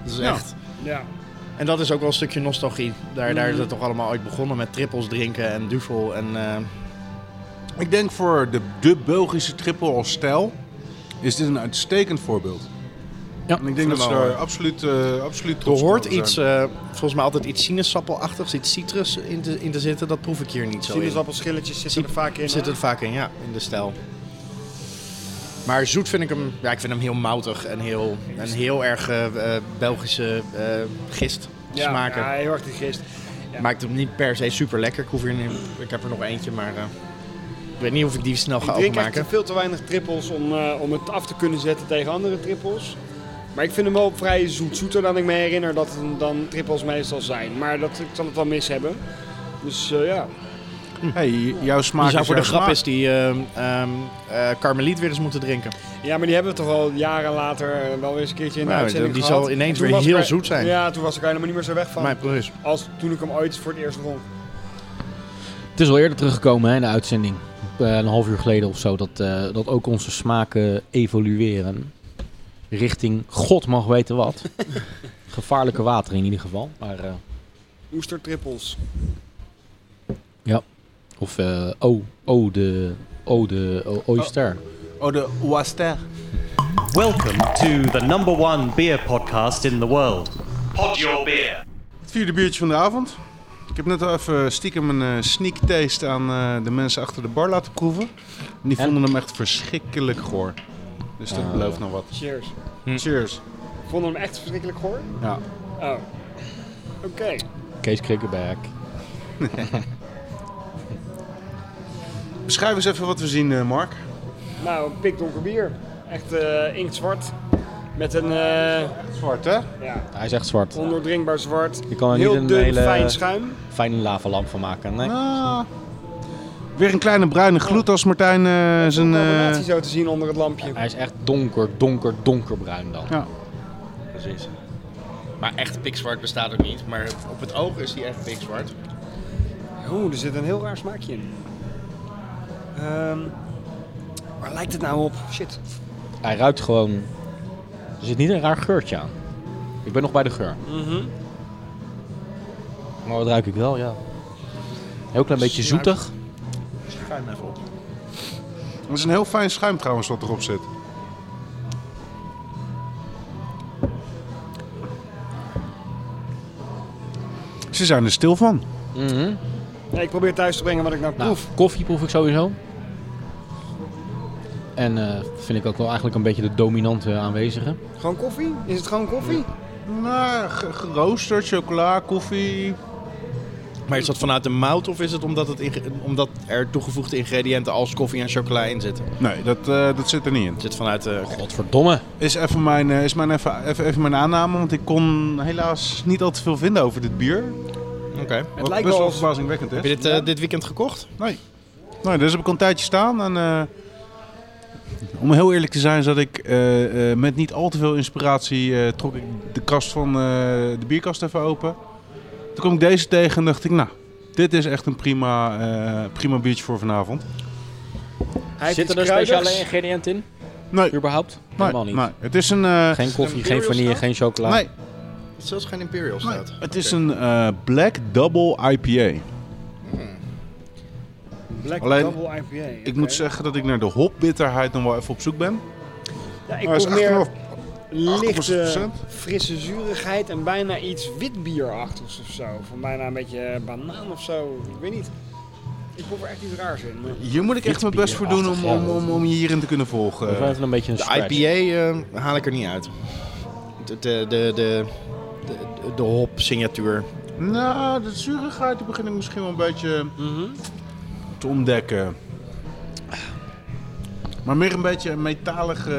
B: Dat is
C: Ja.
B: echt.
D: Ja.
B: En dat is ook wel een stukje nostalgie. Daar, daar is het toch allemaal ooit begonnen met trippels drinken en duvel en... eh,
C: Ik denk voor de, de Belgische triple als stijl is dit een uitstekend voorbeeld.
A: Ja.
C: En ik denk dat ze daar absoluut, eh absoluut
B: Er
C: trots op
B: hoort
C: mogen
B: iets,
C: zijn.
B: eh, volgens mij altijd iets sinaasappelachtigs, iets citrus in te, in te zitten. Dat proef ik hier niet zo in.
D: Sinaasappelschilletjes zitten er vaak in.
B: Zit het vaak in, ja, in de stijl. Maar zoet vind ik hem, ja, ik vind hem heel moutig en heel, en heel erg eh, eh, Belgische eh, gist
D: ja,
B: smaken.
D: Ja, heel erg die gist. ja.
B: Maakt hem niet per se super lekker. Ik, hoef hier niet, ik heb er nog eentje, maar eh, ik weet niet of ik die snel ga
D: Ik drink echt
B: openmaken.
D: veel te weinig trippels om, eh, om het af te kunnen zetten tegen andere trippels. Maar ik vind hem wel vrij zoet. Zoeter dan ik me herinner dat het dan trippels meestal zijn. Maar dat, ik zal het wel mis hebben. Dus eh, ja.
C: Hey, jouw smaak
B: Die zou
C: is
B: voor de
C: erg
B: grap
C: laag.
B: is die ehm ehm, eh, Carmeliet weer eens moeten drinken.
D: ja, maar die hebben we toch al jaren later eh, wel weer eens een keertje in de
B: Nou,
D: uitzending
B: die
D: gehad.
B: zal ineens
D: En toen
B: weer
D: was ik
B: heel
D: er-
B: zoet zijn.
D: Ja, toen was ik er helemaal niet meer zo weg van.
B: Mijn precies.
D: Als toen ik hem ooit voor het eerst dronk.
F: Het is al eerder teruggekomen hè, in de uitzending. Eh, een half uur geleden of zo. Dat, eh, dat ook onze smaken evolueren. Richting God mag weten wat. Gevaarlijke water in ieder geval. Maar, eh,
D: Oestertrippels.
F: of eh oh, oh, de, oh, de oh, oyster.
C: Oh, de Oaster.
E: Welcome to the number one beer podcast in the world. Pod Your Beer.
C: Het vierde biertje van de avond. Ik heb net al even stiekem een eh, sneak taste aan eh, de mensen achter de bar laten proeven. En die
F: En?
C: vonden hem echt verschrikkelijk goor. Dus dat belooft nog wat.
D: Cheers.
C: Cheers.
D: Ik vond hem echt verschrikkelijk goor.
C: Ja.
D: Oh. Oké.
F: Kees Krikkenberg.
C: Beschrijf eens even wat we zien, eh, Mark.
D: Nou, een pikdonker bier. Echt eh inktzwart. Met een, eh,
C: Zwart, hè?
D: ja,
F: Hij is echt zwart.
D: ondoordringbaar zwart.
F: Je kan er
D: Heel
F: niet een
D: dun,
F: hele-
D: fijn schuim.
F: Fijne lavalamp van maken. Nee.
C: Ah. Weer een kleine bruine gloed als Martijn eh, zijn...
D: Een
C: eh,
D: combinatie zo te zien onder het lampje.
F: Hij is echt donker, donker, donkerbruin dan.
C: ja.
F: Precies.
B: Maar echt pikzwart bestaat ook niet. Maar op het oog is die echt pikzwart.
D: Oeh, er zit een heel raar smaakje in. Ehm, waar lijkt het nou op? Shit.
F: Hij ruikt gewoon... Er zit niet een raar geurtje aan. Ik ben nog bij de geur. Maar wat ruik ik wel, ja. Heel klein beetje zoetig.
C: Schuim even op. Dat is een heel fijn schuim trouwens wat erop zit. Ze zijn er stil van.
F: Mhm.
D: Nee, ik probeer thuis te brengen wat ik nou
F: Nou,
D: proef.
F: koffie proef ik sowieso. En eh, vind ik ook wel eigenlijk een beetje de dominante aanwezige.
D: Gewoon koffie? Is het gewoon koffie?
C: Nou, ge- geroosterd, chocola, koffie.
B: Maar is dat vanuit de mout of is het omdat, het inge- omdat er toegevoegde ingrediënten als koffie en chocola in zitten? Het
C: Nee, dat, eh, dat zit er niet in.
B: zit vanuit eh, de...
F: Godverdomme.
C: Is even mijn, eh, is mijn, even, even, even mijn aanname, want ik kon helaas niet al te veel vinden over dit bier.
B: Oké.
C: Wat
D: lijkt
C: best
D: wel
C: wel
D: als-
C: verbazingwekkend is.
B: Heb je dit, eh, dit weekend gekocht?
C: Nee. nee, dus heb ik al een tijdje staan. En, eh, om heel eerlijk te zijn, zat ik eh, eh, met niet al te veel inspiratie. eh, trok ik de kast van eh, de bierkast even open. Toen kwam ik deze tegen en dacht ik, nou, dit is echt een prima, eh, prima biertje voor vanavond.
D: Hij heeft
F: Zitten
D: iets
F: er speciale
D: kruidigs.
F: ingrediënten in?
C: Nee,
F: Überhaupt?
C: nee,
F: Helemaal niet.
C: nee. het is een. eh,
F: Geen koffie, geen
B: Imperial
F: vanille,
B: stout?
F: geen chocola.
C: nee,
B: Zelfs geen Imperial
C: nee. het is een eh, Black Double IPA.
D: Black
C: Alleen,
D: Double IPA.
C: Ik moet zeggen dat ik naar de hopbitterheid nog wel even op zoek ben.
D: Ja, ik
C: Maar het
D: proef
C: is
D: meer
C: 8,5.
D: lichte,
C: 8,6%.
D: frisse zurigheid en bijna iets witbierachtigs of zo. Van bijna een beetje banaan of zo. Ik weet niet. Ik proef er echt iets raars in. maar-
C: Hier moet ik echt mijn best voor doen om, om, om, om je hierin te kunnen volgen.
F: Of even een beetje een
B: De
F: scratch.
B: IPA eh, haal ik er niet uit. De, de, de, de, de, de hop-signatuur.
C: Nou, de zuurigheid die begin ik misschien wel een beetje te ontdekken. Maar meer een beetje een metalige,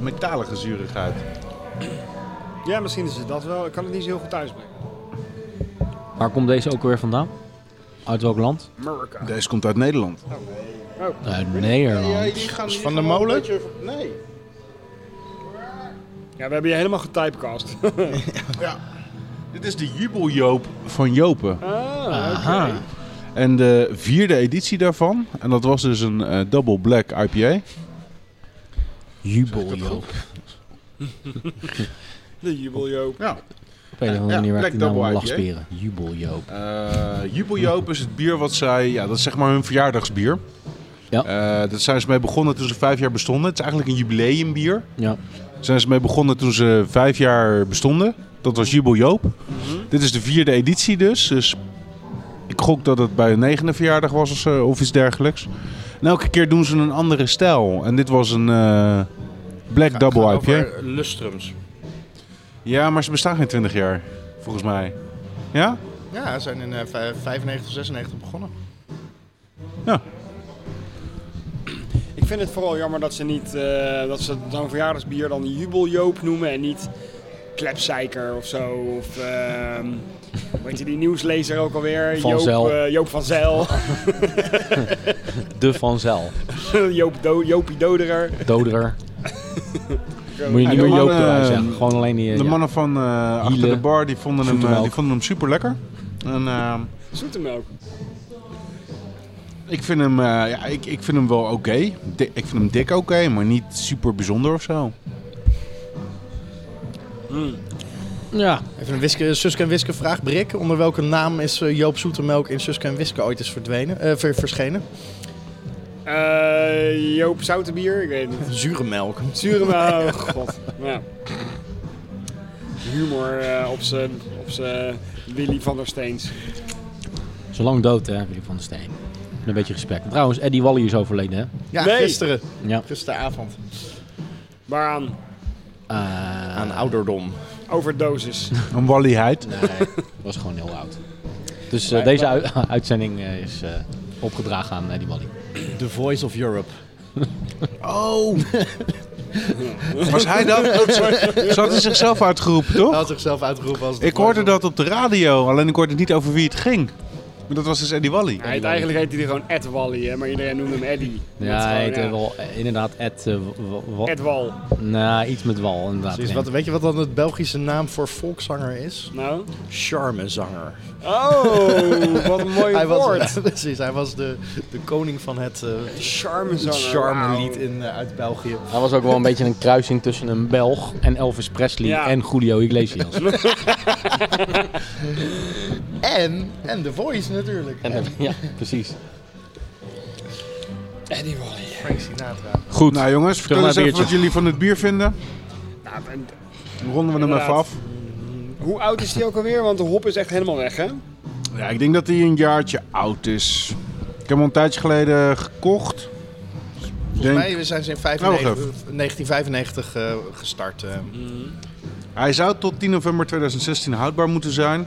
C: metalige zuurigheid.
D: Ja, misschien is het dat wel. Ik kan het niet zo heel goed thuisbrengen.
F: Waar komt deze ook weer vandaan? Uit welk land?
D: America.
C: Deze komt uit Nederland.
D: Oh,
F: Uit Nederland.
B: die van de gaan wel molen? een
C: nee.
D: ja, we hebben je helemaal getypecast.
C: Dit is de jubeljoop van Jopen.
F: Aha.
C: En de vierde editie daarvan. En dat was dus een eh, double black IPA.
F: Jubel, joh. Op
D: De jubeljoop.
C: Ja.
F: een of andere
C: Ja,
F: manier werkt
C: Black
F: die naam
C: Double
F: om
C: IPA.
F: lachspieren. Jubel, Joop.
C: Eh Jubeljoop is het bier wat zij... Ja, dat is zeg maar hun verjaardagsbier.
F: Ja.
C: Eh, dat zijn ze mee begonnen toen ze vijf jaar bestonden. Het is eigenlijk een jubileumbier.
F: Ja.
C: Ze zijn ze mee begonnen toen ze vijf jaar bestonden. Dat was Jubel Joop. Dit is de vierde editie dus. Dus ik gok dat het bij hun negende verjaardag was of, zo, of iets dergelijks. En elke keer doen ze een andere stijl. En dit was een eh, Black
B: Ga-
C: Double
B: gaat
C: IPA.
B: over Lustrums.
C: Ja, maar ze bestaan geen 20 jaar, volgens mij. Ja?
B: Ja, ze zijn in eh, vij- 95, 96 begonnen.
D: Ik vind het vooral jammer dat ze niet eh, dat ze zo'n verjaardagsbier dan jubeljoop noemen en niet klepseiker of zo. Of ehm weet je die nieuwslezer ook alweer?
F: Van
D: Joop,
F: Zijl.
D: eh, Joop van Zijl.
F: De Van Zel.
D: <laughs> Joop Do Joopie Doderer.
F: Doderer. Moet je
C: En
F: niet
C: de
F: meer Joop
C: mannen,
F: erbij
C: eh,
F: zeggen. Gewoon alleen die... eh,
C: De
F: ja.
C: mannen van eh, achter
F: Hielen.
C: de bar die vonden, hem,
F: Zoete
C: eh,
F: melk.
C: die vonden hem super lekker. En ehm,
D: Zoete melk.
C: ik, vind hem, eh, ja, ik, ik vind hem wel oké. Di- Ik vind hem dik oké, maar niet super bijzonder of zo.
F: Ja.
B: Even een Wiske, Suske en Wiske vraag, Brik. Onder welke naam is eh, Joop Zoetemelk in Suske en Wiske ooit eens verdwenen, eh, ver- verschenen?
D: Eh, Joop zoute bier, ik weet het niet.
B: Zure melk.
D: Zure melk. Oh, god. Ja. Humor eh, op zijn op zijn Willy van der Steens.
F: Zolang dood, hè, Willy van der Steen. Met Een beetje respect. Trouwens, Eddie Wally is overleden, hè?
B: Ja,
D: Nee.
B: gisteren.
F: Ja.
B: Gisteravond.
D: Waaraan?
F: Eh,
B: Aan ouderdom.
D: Overdosis.
C: Een wallyheid.
F: nee, was gewoon heel oud. Dus eh, deze u- <laughs> uitzending eh, is eh, opgedragen aan Eddie Wally.
B: The Voice of Europe.
C: Oh! Was hij dat? <laughs> Oh, Ze had hij zichzelf uitgeroepen,
B: Hij
C: toch?
B: had zichzelf uitgeroepen als... The
C: Ik
B: Voice
C: hoorde
B: of-
C: dat op de radio, alleen ik hoorde niet over wie het ging. Maar dat was dus Eddie Wally.
D: Hij heet, eigenlijk heet hij er gewoon Ed Wally, hè, maar iedereen noemt hem Eddie. Dat is
F: Ja, hij
D: gewoon,
F: heette wel eh, inderdaad Ed... eh, wa- wa-
D: Ed Wal.
F: Nou, iets met Wal, inderdaad.
B: Precies,
F: Ja.
B: wat, weet je wat dan het Belgische naam voor volkszanger is?
D: Nou?
B: Charmezanger.
D: Oh, wat een mooi
B: <laughs> Hij was,
D: woord.
B: precies, hij was de, de koning van het eh,
D: Charmezanger.
B: charme
D: wauw.
B: lied in, eh, uit België.
F: Hij was ook wel een beetje een kruising tussen een Belg en Elvis Presley
D: Ja.
F: en Julio Iglesias.
B: En, en The Voice natuurlijk. En,
F: En, ja, precies.
D: Eddie Wally.
B: Frank Sinatra.
C: Goed. Nou jongens, vertel
F: naar
C: eens
F: het
C: even wat
F: biertje.
C: jullie van het bier vinden.
D: Nou, en
C: Dan ronden we hem
D: Inderdaad.
C: even af.
D: hoe oud is die ook alweer? Want de hop is echt helemaal weg, hè?
C: Ja, ik denk dat hij een jaartje oud is. Ik heb hem een tijdje geleden gekocht.
B: Volgens
C: Denk-
B: mij zijn ze in
C: Nou,
B: 95,
C: wacht
B: 1995 eh, gestart. eh.
C: Hij zou tot 10 november 2016 houdbaar moeten zijn.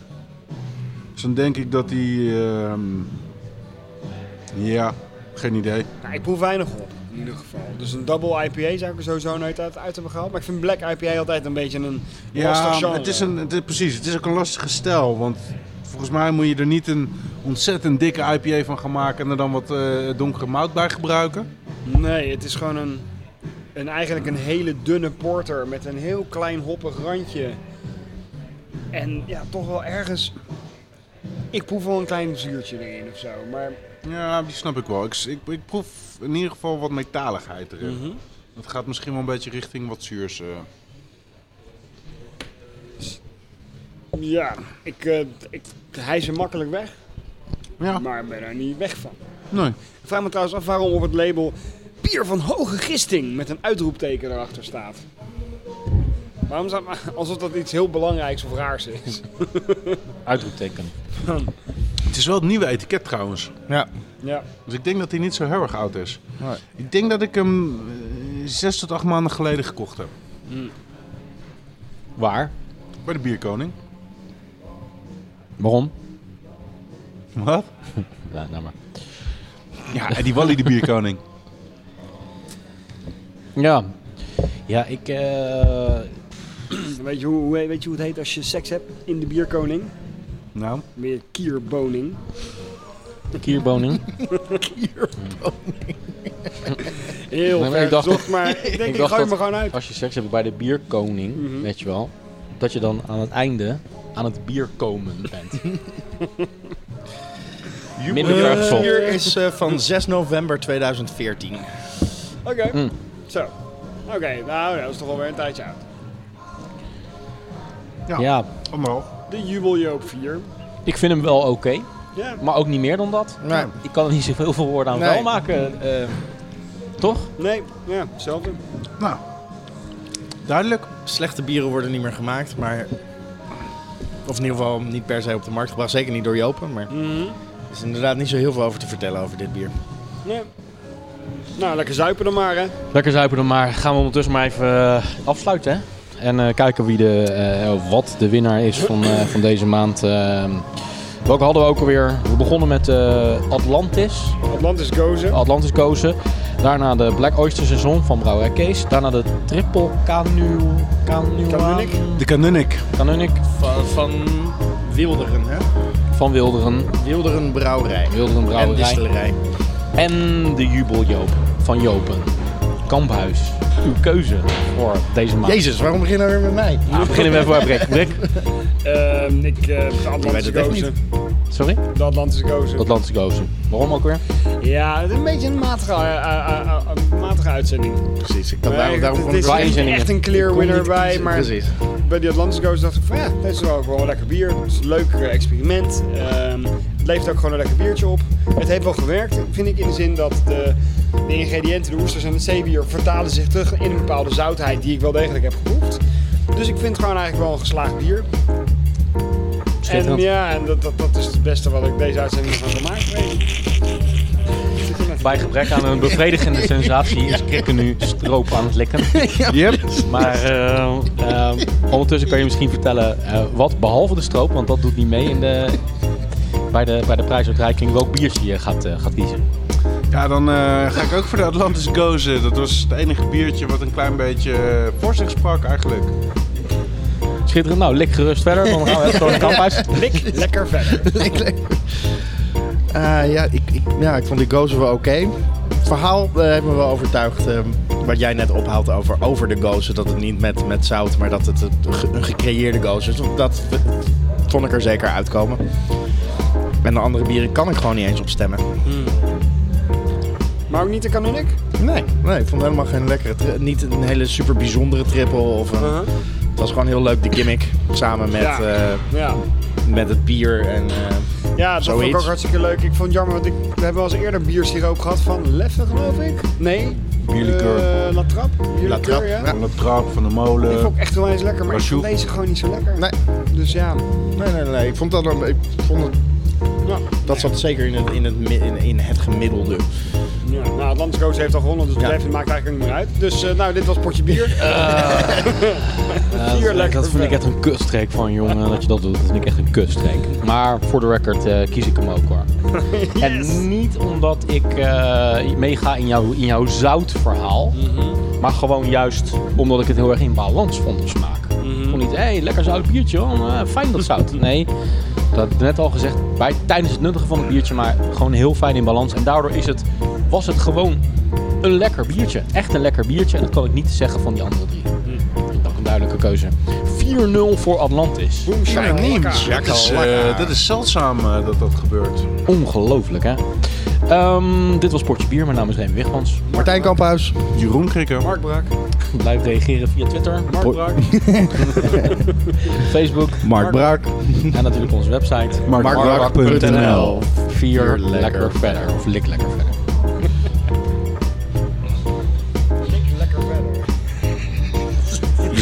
C: Dus dan denk ik dat hij... ehm, Ja, geen idee.
D: Nou, ik proef weinig hop, in ieder geval. Dus een double IPA zou ik er sowieso nooit uit, uit hebben gehaald. Maar ik vind black IPA altijd een beetje een lastig
C: Ja,
D: genre.
C: het is een, het is, precies. Het is ook een lastige stijl. Want volgens mij moet je er niet een ontzettend dikke IPA van gaan maken... en er dan wat eh, donkere mout bij gebruiken.
D: Nee, het is gewoon een, een, eigenlijk een hele dunne porter met een heel klein hoppig randje. En ja, toch wel ergens... Ik proef wel een klein zuurtje erin of zo, maar...
C: Ja, die snap ik wel. Ik, ik, ik proef in ieder geval wat metaligheid erin. Dat gaat misschien wel een beetje richting wat zuurs. eh.
D: Ja, ik, eh ik hijs hem makkelijk weg,
C: Ja,
D: maar ben er niet weg van.
C: nee.
D: Ik vraag me trouwens af waarom op het label bier van hoge gisting met een uitroepteken erachter staat. Waarom staat <laughs> alsof dat iets heel belangrijks of raars is?
F: Uitroepteken.
C: Het is wel het nieuwe etiket trouwens.
B: Ja,
D: Ja,
C: Dus ik denk dat hij niet zo heel erg oud is. Ik denk dat ik hem eh, zes tot acht maanden geleden gekocht heb.
F: Waar?
C: Bij de Bierkoning.
F: Waarom?
C: Wat?
F: Ja, nou maar.
C: Ja, en die Wally de Bierkoning.
F: Ja. Ja, ik... eh,
D: weet je hoe, hoe- weet je hoe het heet als je seks hebt in de bierkoning?
C: nou,
D: Meer kierboning.
F: kierboning. Nee,
D: Heel
F: maar
D: ver
F: ik dacht-
D: gezocht, maar ik denk ik,
F: ik dacht
D: gooi
F: dat-
D: me gewoon uit.
F: Als je seks hebt bij de bierkoning, weet je wel, dat je dan aan het einde aan het bier komen bent. Minder
B: Het
F: krachtvol.
B: bier is eh, van 6 november 2014.
D: Oké, zo. Oké, nou dat is toch alweer een tijdje oud.
F: Ja,
C: allemaal.
D: De Jubeljoop 4.
F: ik vind hem wel oké,
D: Ja,
F: maar ook niet meer dan dat.
B: Nee.
F: Ik kan er niet zoveel veel woorden aan
B: Nee.
F: vuil maken. eh, toch?
D: nee, ja, hetzelfde.
C: Nou, Duidelijk.
B: Slechte bieren worden niet meer gemaakt, maar... Of in ieder geval niet per se op de markt gebracht. Zeker niet door Jopen, maar...
D: Mhm.
B: Er is inderdaad niet zo heel veel over te vertellen over dit bier.
D: Nee. Nou, lekker zuipen dan maar, hè.
F: Lekker zuipen dan maar. Gaan we ondertussen maar even eh, afsluiten, hè? En eh, kijken wie de, eh, of wat de winnaar is van, eh, van deze maand. Ehm, welke hadden we ook alweer? We begonnen met eh, Atlantis.
D: Atlantis Gozen.
F: Atlantis kozen. Daarna de Black Oyster Saison van Brouwerij Kees. Daarna de Triple Canu... Canu...
D: Canunic.
C: De Canonic.
F: Canunic
B: Van, Wilderen, hè?
F: van Wilderen.
B: Wilderen Brouwerij.
F: Wilderen
B: En
F: Brouwerij.
B: distillerij.
F: En de Jubeljoop van Jopen. Kamphuis. Uw keuze voor deze maand.
B: Jezus, waarom beginnen we weer met mij?
F: Nou, beginnen we even bij Brik. Brik,
D: Ehm, ik, eh, de Atlantis
B: het echt
D: Gozen.
F: sorry?
D: De Atlantis Gozen.
F: Atlantis kozen. Waarom ook weer?
D: Ja, het is een beetje een matige, eh, eh, eh, een matige uitzending.
B: Precies, ik kan
D: Nee,
B: daarom,
D: het-
B: daarom
D: het is
B: kon ik-
D: niet
F: inzendingen.
D: echt een clear
B: kon
D: winner
B: niet
D: bij,
B: kiezen.
D: maar
B: Precies.
D: bij die Atlantis Gozen dacht ik van ja, dit is wel gewoon een lekker bier. Het is een leuk eh, experiment. Ehm, het levert ook gewoon een lekker biertje op. Het heeft wel gewerkt, vind ik, in de zin dat de, de ingrediënten, de oesters en het zeebier vertalen zich terug in een bepaalde zoutheid die ik wel degelijk heb geproefd. Dus ik vind het gewoon eigenlijk wel een geslaagd bier. En
F: Schitterend.
D: ja, en dat, dat, dat is het beste wat ik deze uitzending van gemaakt heb.
F: Bij gebrek aan een bevredigende sensatie is Krikken nu stroop aan het likken.
C: Yep.
F: Maar eh, eh, ondertussen kan je misschien vertellen eh, wat, behalve de stroop, want dat doet niet mee in de, bij, de, bij de prijsuitreiking, welk biertje je gaat, eh, gaat kiezen.
C: Ja, dan eh, ga ik ook voor de Atlantis Gozen. Dat was het enige biertje wat een klein beetje eh, voor zich sprak eigenlijk.
F: Schitterend, nou lik gerust verder, dan gaan we even door de kamphuis.
D: Lik lekker verder.
B: Eh, ja, ik, ik, ja, ik vond die Gozer wel oké. Het verhaal eh, heeft me wel overtuigd. eh, wat jij net ophaalt over, over de Gozer. Dat het niet met, met zout, maar dat het een, ge- een gecreëerde Gozer is. Dat eh, vond ik er zeker uitkomen. En de andere bieren kan ik gewoon niet eens op stemmen.
D: Maar ook niet de kanoniek.
B: Nee, nee ik vond het helemaal geen lekkere tri- Niet een hele super bijzondere triple. Of een- Het was gewoon heel leuk, de gimmick. Samen met,
D: Ja.
B: eh,
D: Ja.
B: met het bier. En, eh,
D: Ja, dat vond ik
B: Zoiets.
D: ook hartstikke leuk. Ik vond het jammer, want ik, we hebben wel eens eerder biersiroop gehad van Leffe, geloof ik. Nee.
C: Bierlikeur.
D: Eh, La Trappe. Bierlikeur,
B: La Trappe,
D: ja.
B: ja.
C: Van de trap, van de molen.
D: Die vond ik echt wel eens lekker, maar ik vond
C: Rasoe.
D: deze gewoon niet zo lekker.
B: nee,
D: Dus ja.
B: nee, nee, nee. Ik vond dat een- ik vond het
D: ja.
B: Dat zat zeker in het, in het, mi- in, in het gemiddelde.
D: ja. Nou, Atlantis Coast heeft al gewonnen, dus
B: Ja.
D: het maakt eigenlijk niet meer uit. Dus eh, nou, dit was potje <laughs> bier. Vier lekker.
F: Dat vind ik echt een kutstreek van jongen, <laughs> dat je dat doet. Dat vind ik echt een kutstreek. Maar voor de record eh, kies ik hem ook hoor. En niet omdat ik eh, meega in, jou, in jouw zout verhaal. Maar gewoon juist omdat ik het heel erg in balans vond op smaak. Ik vond niet, hé, hey, lekker zout biertje, hoor. Eh, fijn dat zout. Nee, dat heb ik net al gezegd, bij, tijdens het nuttigen van het biertje, maar gewoon heel fijn in balans. En daardoor is het, was het gewoon een lekker biertje. Echt een lekker biertje. En dat kan ik niet zeggen van die andere drie. Dat is ook een duidelijke keuze. 4-0 voor Atlantis.
D: Boom, shaka, laka.
C: Ja, dat is, eh, dat is zeldzaam eh, dat dat gebeurt.
F: Ongelooflijk, hè? Ehm, dit was Portje Bier. Mijn naam is Remy Wigmans.
B: Martijn Kamphuis.
C: Jeroen Krikker.
D: Mark Brak.
F: Blijf reageren via Twitter,
D: Mark
B: Hoi.
D: Brak.
B: <laughs>
F: Facebook
B: Mark Braak.
F: en natuurlijk onze website.
B: Markbraak.nl.
F: Vier
B: lekker
F: lekker verder. Of lik lekker verder.
D: Lik lekker verder.
C: De